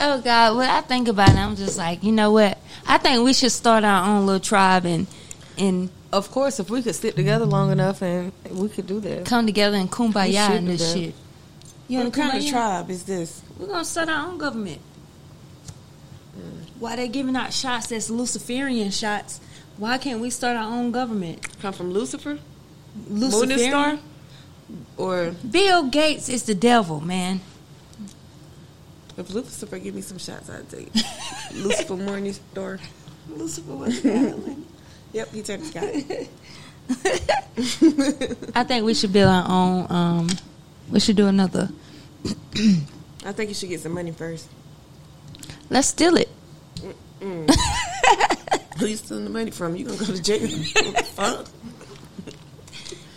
A: oh God, when I think about it, I'm just like, you know what? I think we should start our own little tribe and and
C: Of course, if we could sit together long enough, and we could do that.
A: come together and kumbaya
C: should
A: and
C: do
A: this
C: that.
A: shit. You
B: What kind of
A: Kumbaya?
B: tribe is this?
A: We're gonna start our own government. Why they giving out shots that's Luciferian shots? Why can't we start our own government?
B: Come from Lucifer,
A: Luciferian.
B: Morningstar, or
A: Bill Gates is the devil, man.
B: if Lucifer give me some shots, I'd take it. Lucifer Morningstar.
A: Lucifer was battling.
B: Yep, he turned Scott.
A: I think we should build our own. Um, we should do another.
B: I think you should get some money first.
A: Let's steal it.
B: Who you stealing the money from? You gonna go to jail? Fuck.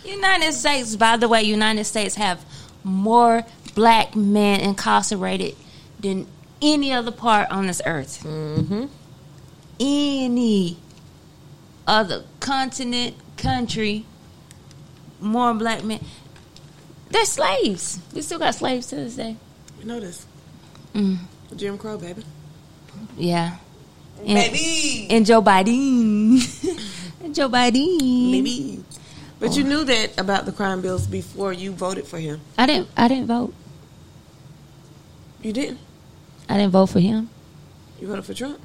A: United States, by the way, United States have more black men incarcerated than any other part on this earth. Mm-hmm. Any other continent, country, more black men. They're slaves. We still got slaves to this day.
B: You know this?
A: Mm,
B: Jim Crow, baby.
A: yeah. And, And Joe Biden. And Joe Biden.
B: Maybe. But you knew that about the crime bills before you voted for him.
A: I didn't. I didn't vote.
B: You didn't.
A: I didn't vote for him.
B: You voted for Trump.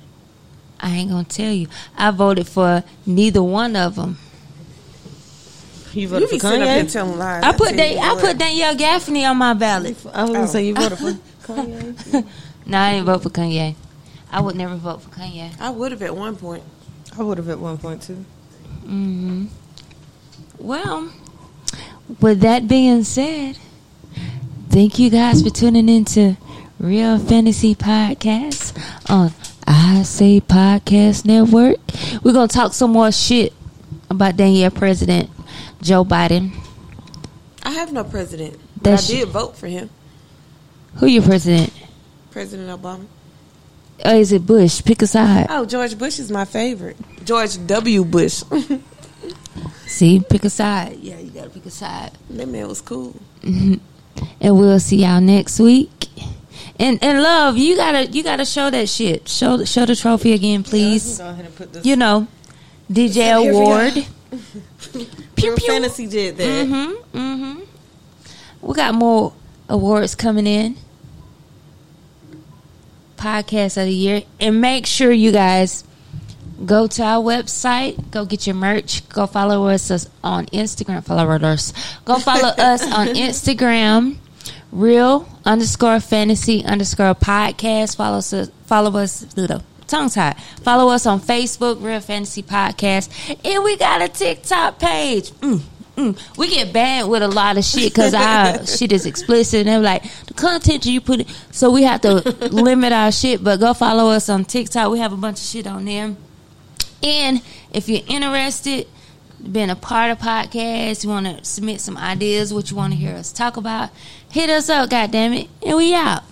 A: I ain't gonna tell you. I voted for neither one of them.
C: You
B: You
C: voted
B: be
C: for
B: sitting up there
C: Kanye.
B: telling lies.
A: I put
B: tell you
A: da- I
B: what.
A: put Danielle Gaffney on my ballot.
C: I was gonna say you voted for Kanye.
A: No, I didn't vote for Kanye. I would never vote for Kanye.
B: I would have at one point.
C: I would have at one point too.
A: hmm Well, with that being said, thank you guys for tuning in to Real Fantasy Podcast on I Say Podcast Network. We're gonna talk some more shit about Danielle President Joe Biden.
B: I have no president. But
A: That's
B: I did vote for him,
A: Who your president?
B: President Obama.
A: Or is it Bush? Pick a side.
B: Oh, George Bush is my favorite. George W. Bush.
A: See, pick a side. Yeah, you gotta pick a side.
B: that man was cool.
A: And we'll see y'all next week. And and love, you gotta you gotta show that shit. Show show the trophy again, please.
C: go ahead and put this.
A: You know, DJ
B: Here we
A: Award. pew
B: Real
A: pew.
B: Fantasy did that.
A: Mm-hmm. Mm-hmm. We got more awards coming in. Podcast of the year. And make sure you guys go to our website, go get your merch, go follow us us on Instagram. Follow us. Go follow us on Instagram. Real underscore fantasy underscore podcast. Follow us follow us little tongue tied. Follow us on Facebook, Real Fantasy Podcast. And we got a TikTok page. Mm, mm. We get banned with a lot of shit because our shit is explicit and they're like, the content you put in. so we have to limit our shit, but go follow us on TikTok. We have a bunch of shit on there. And if you're interested, being a part of podcast, you want to submit some ideas, what you want to hear us talk about, hit us up, goddammit, and we out.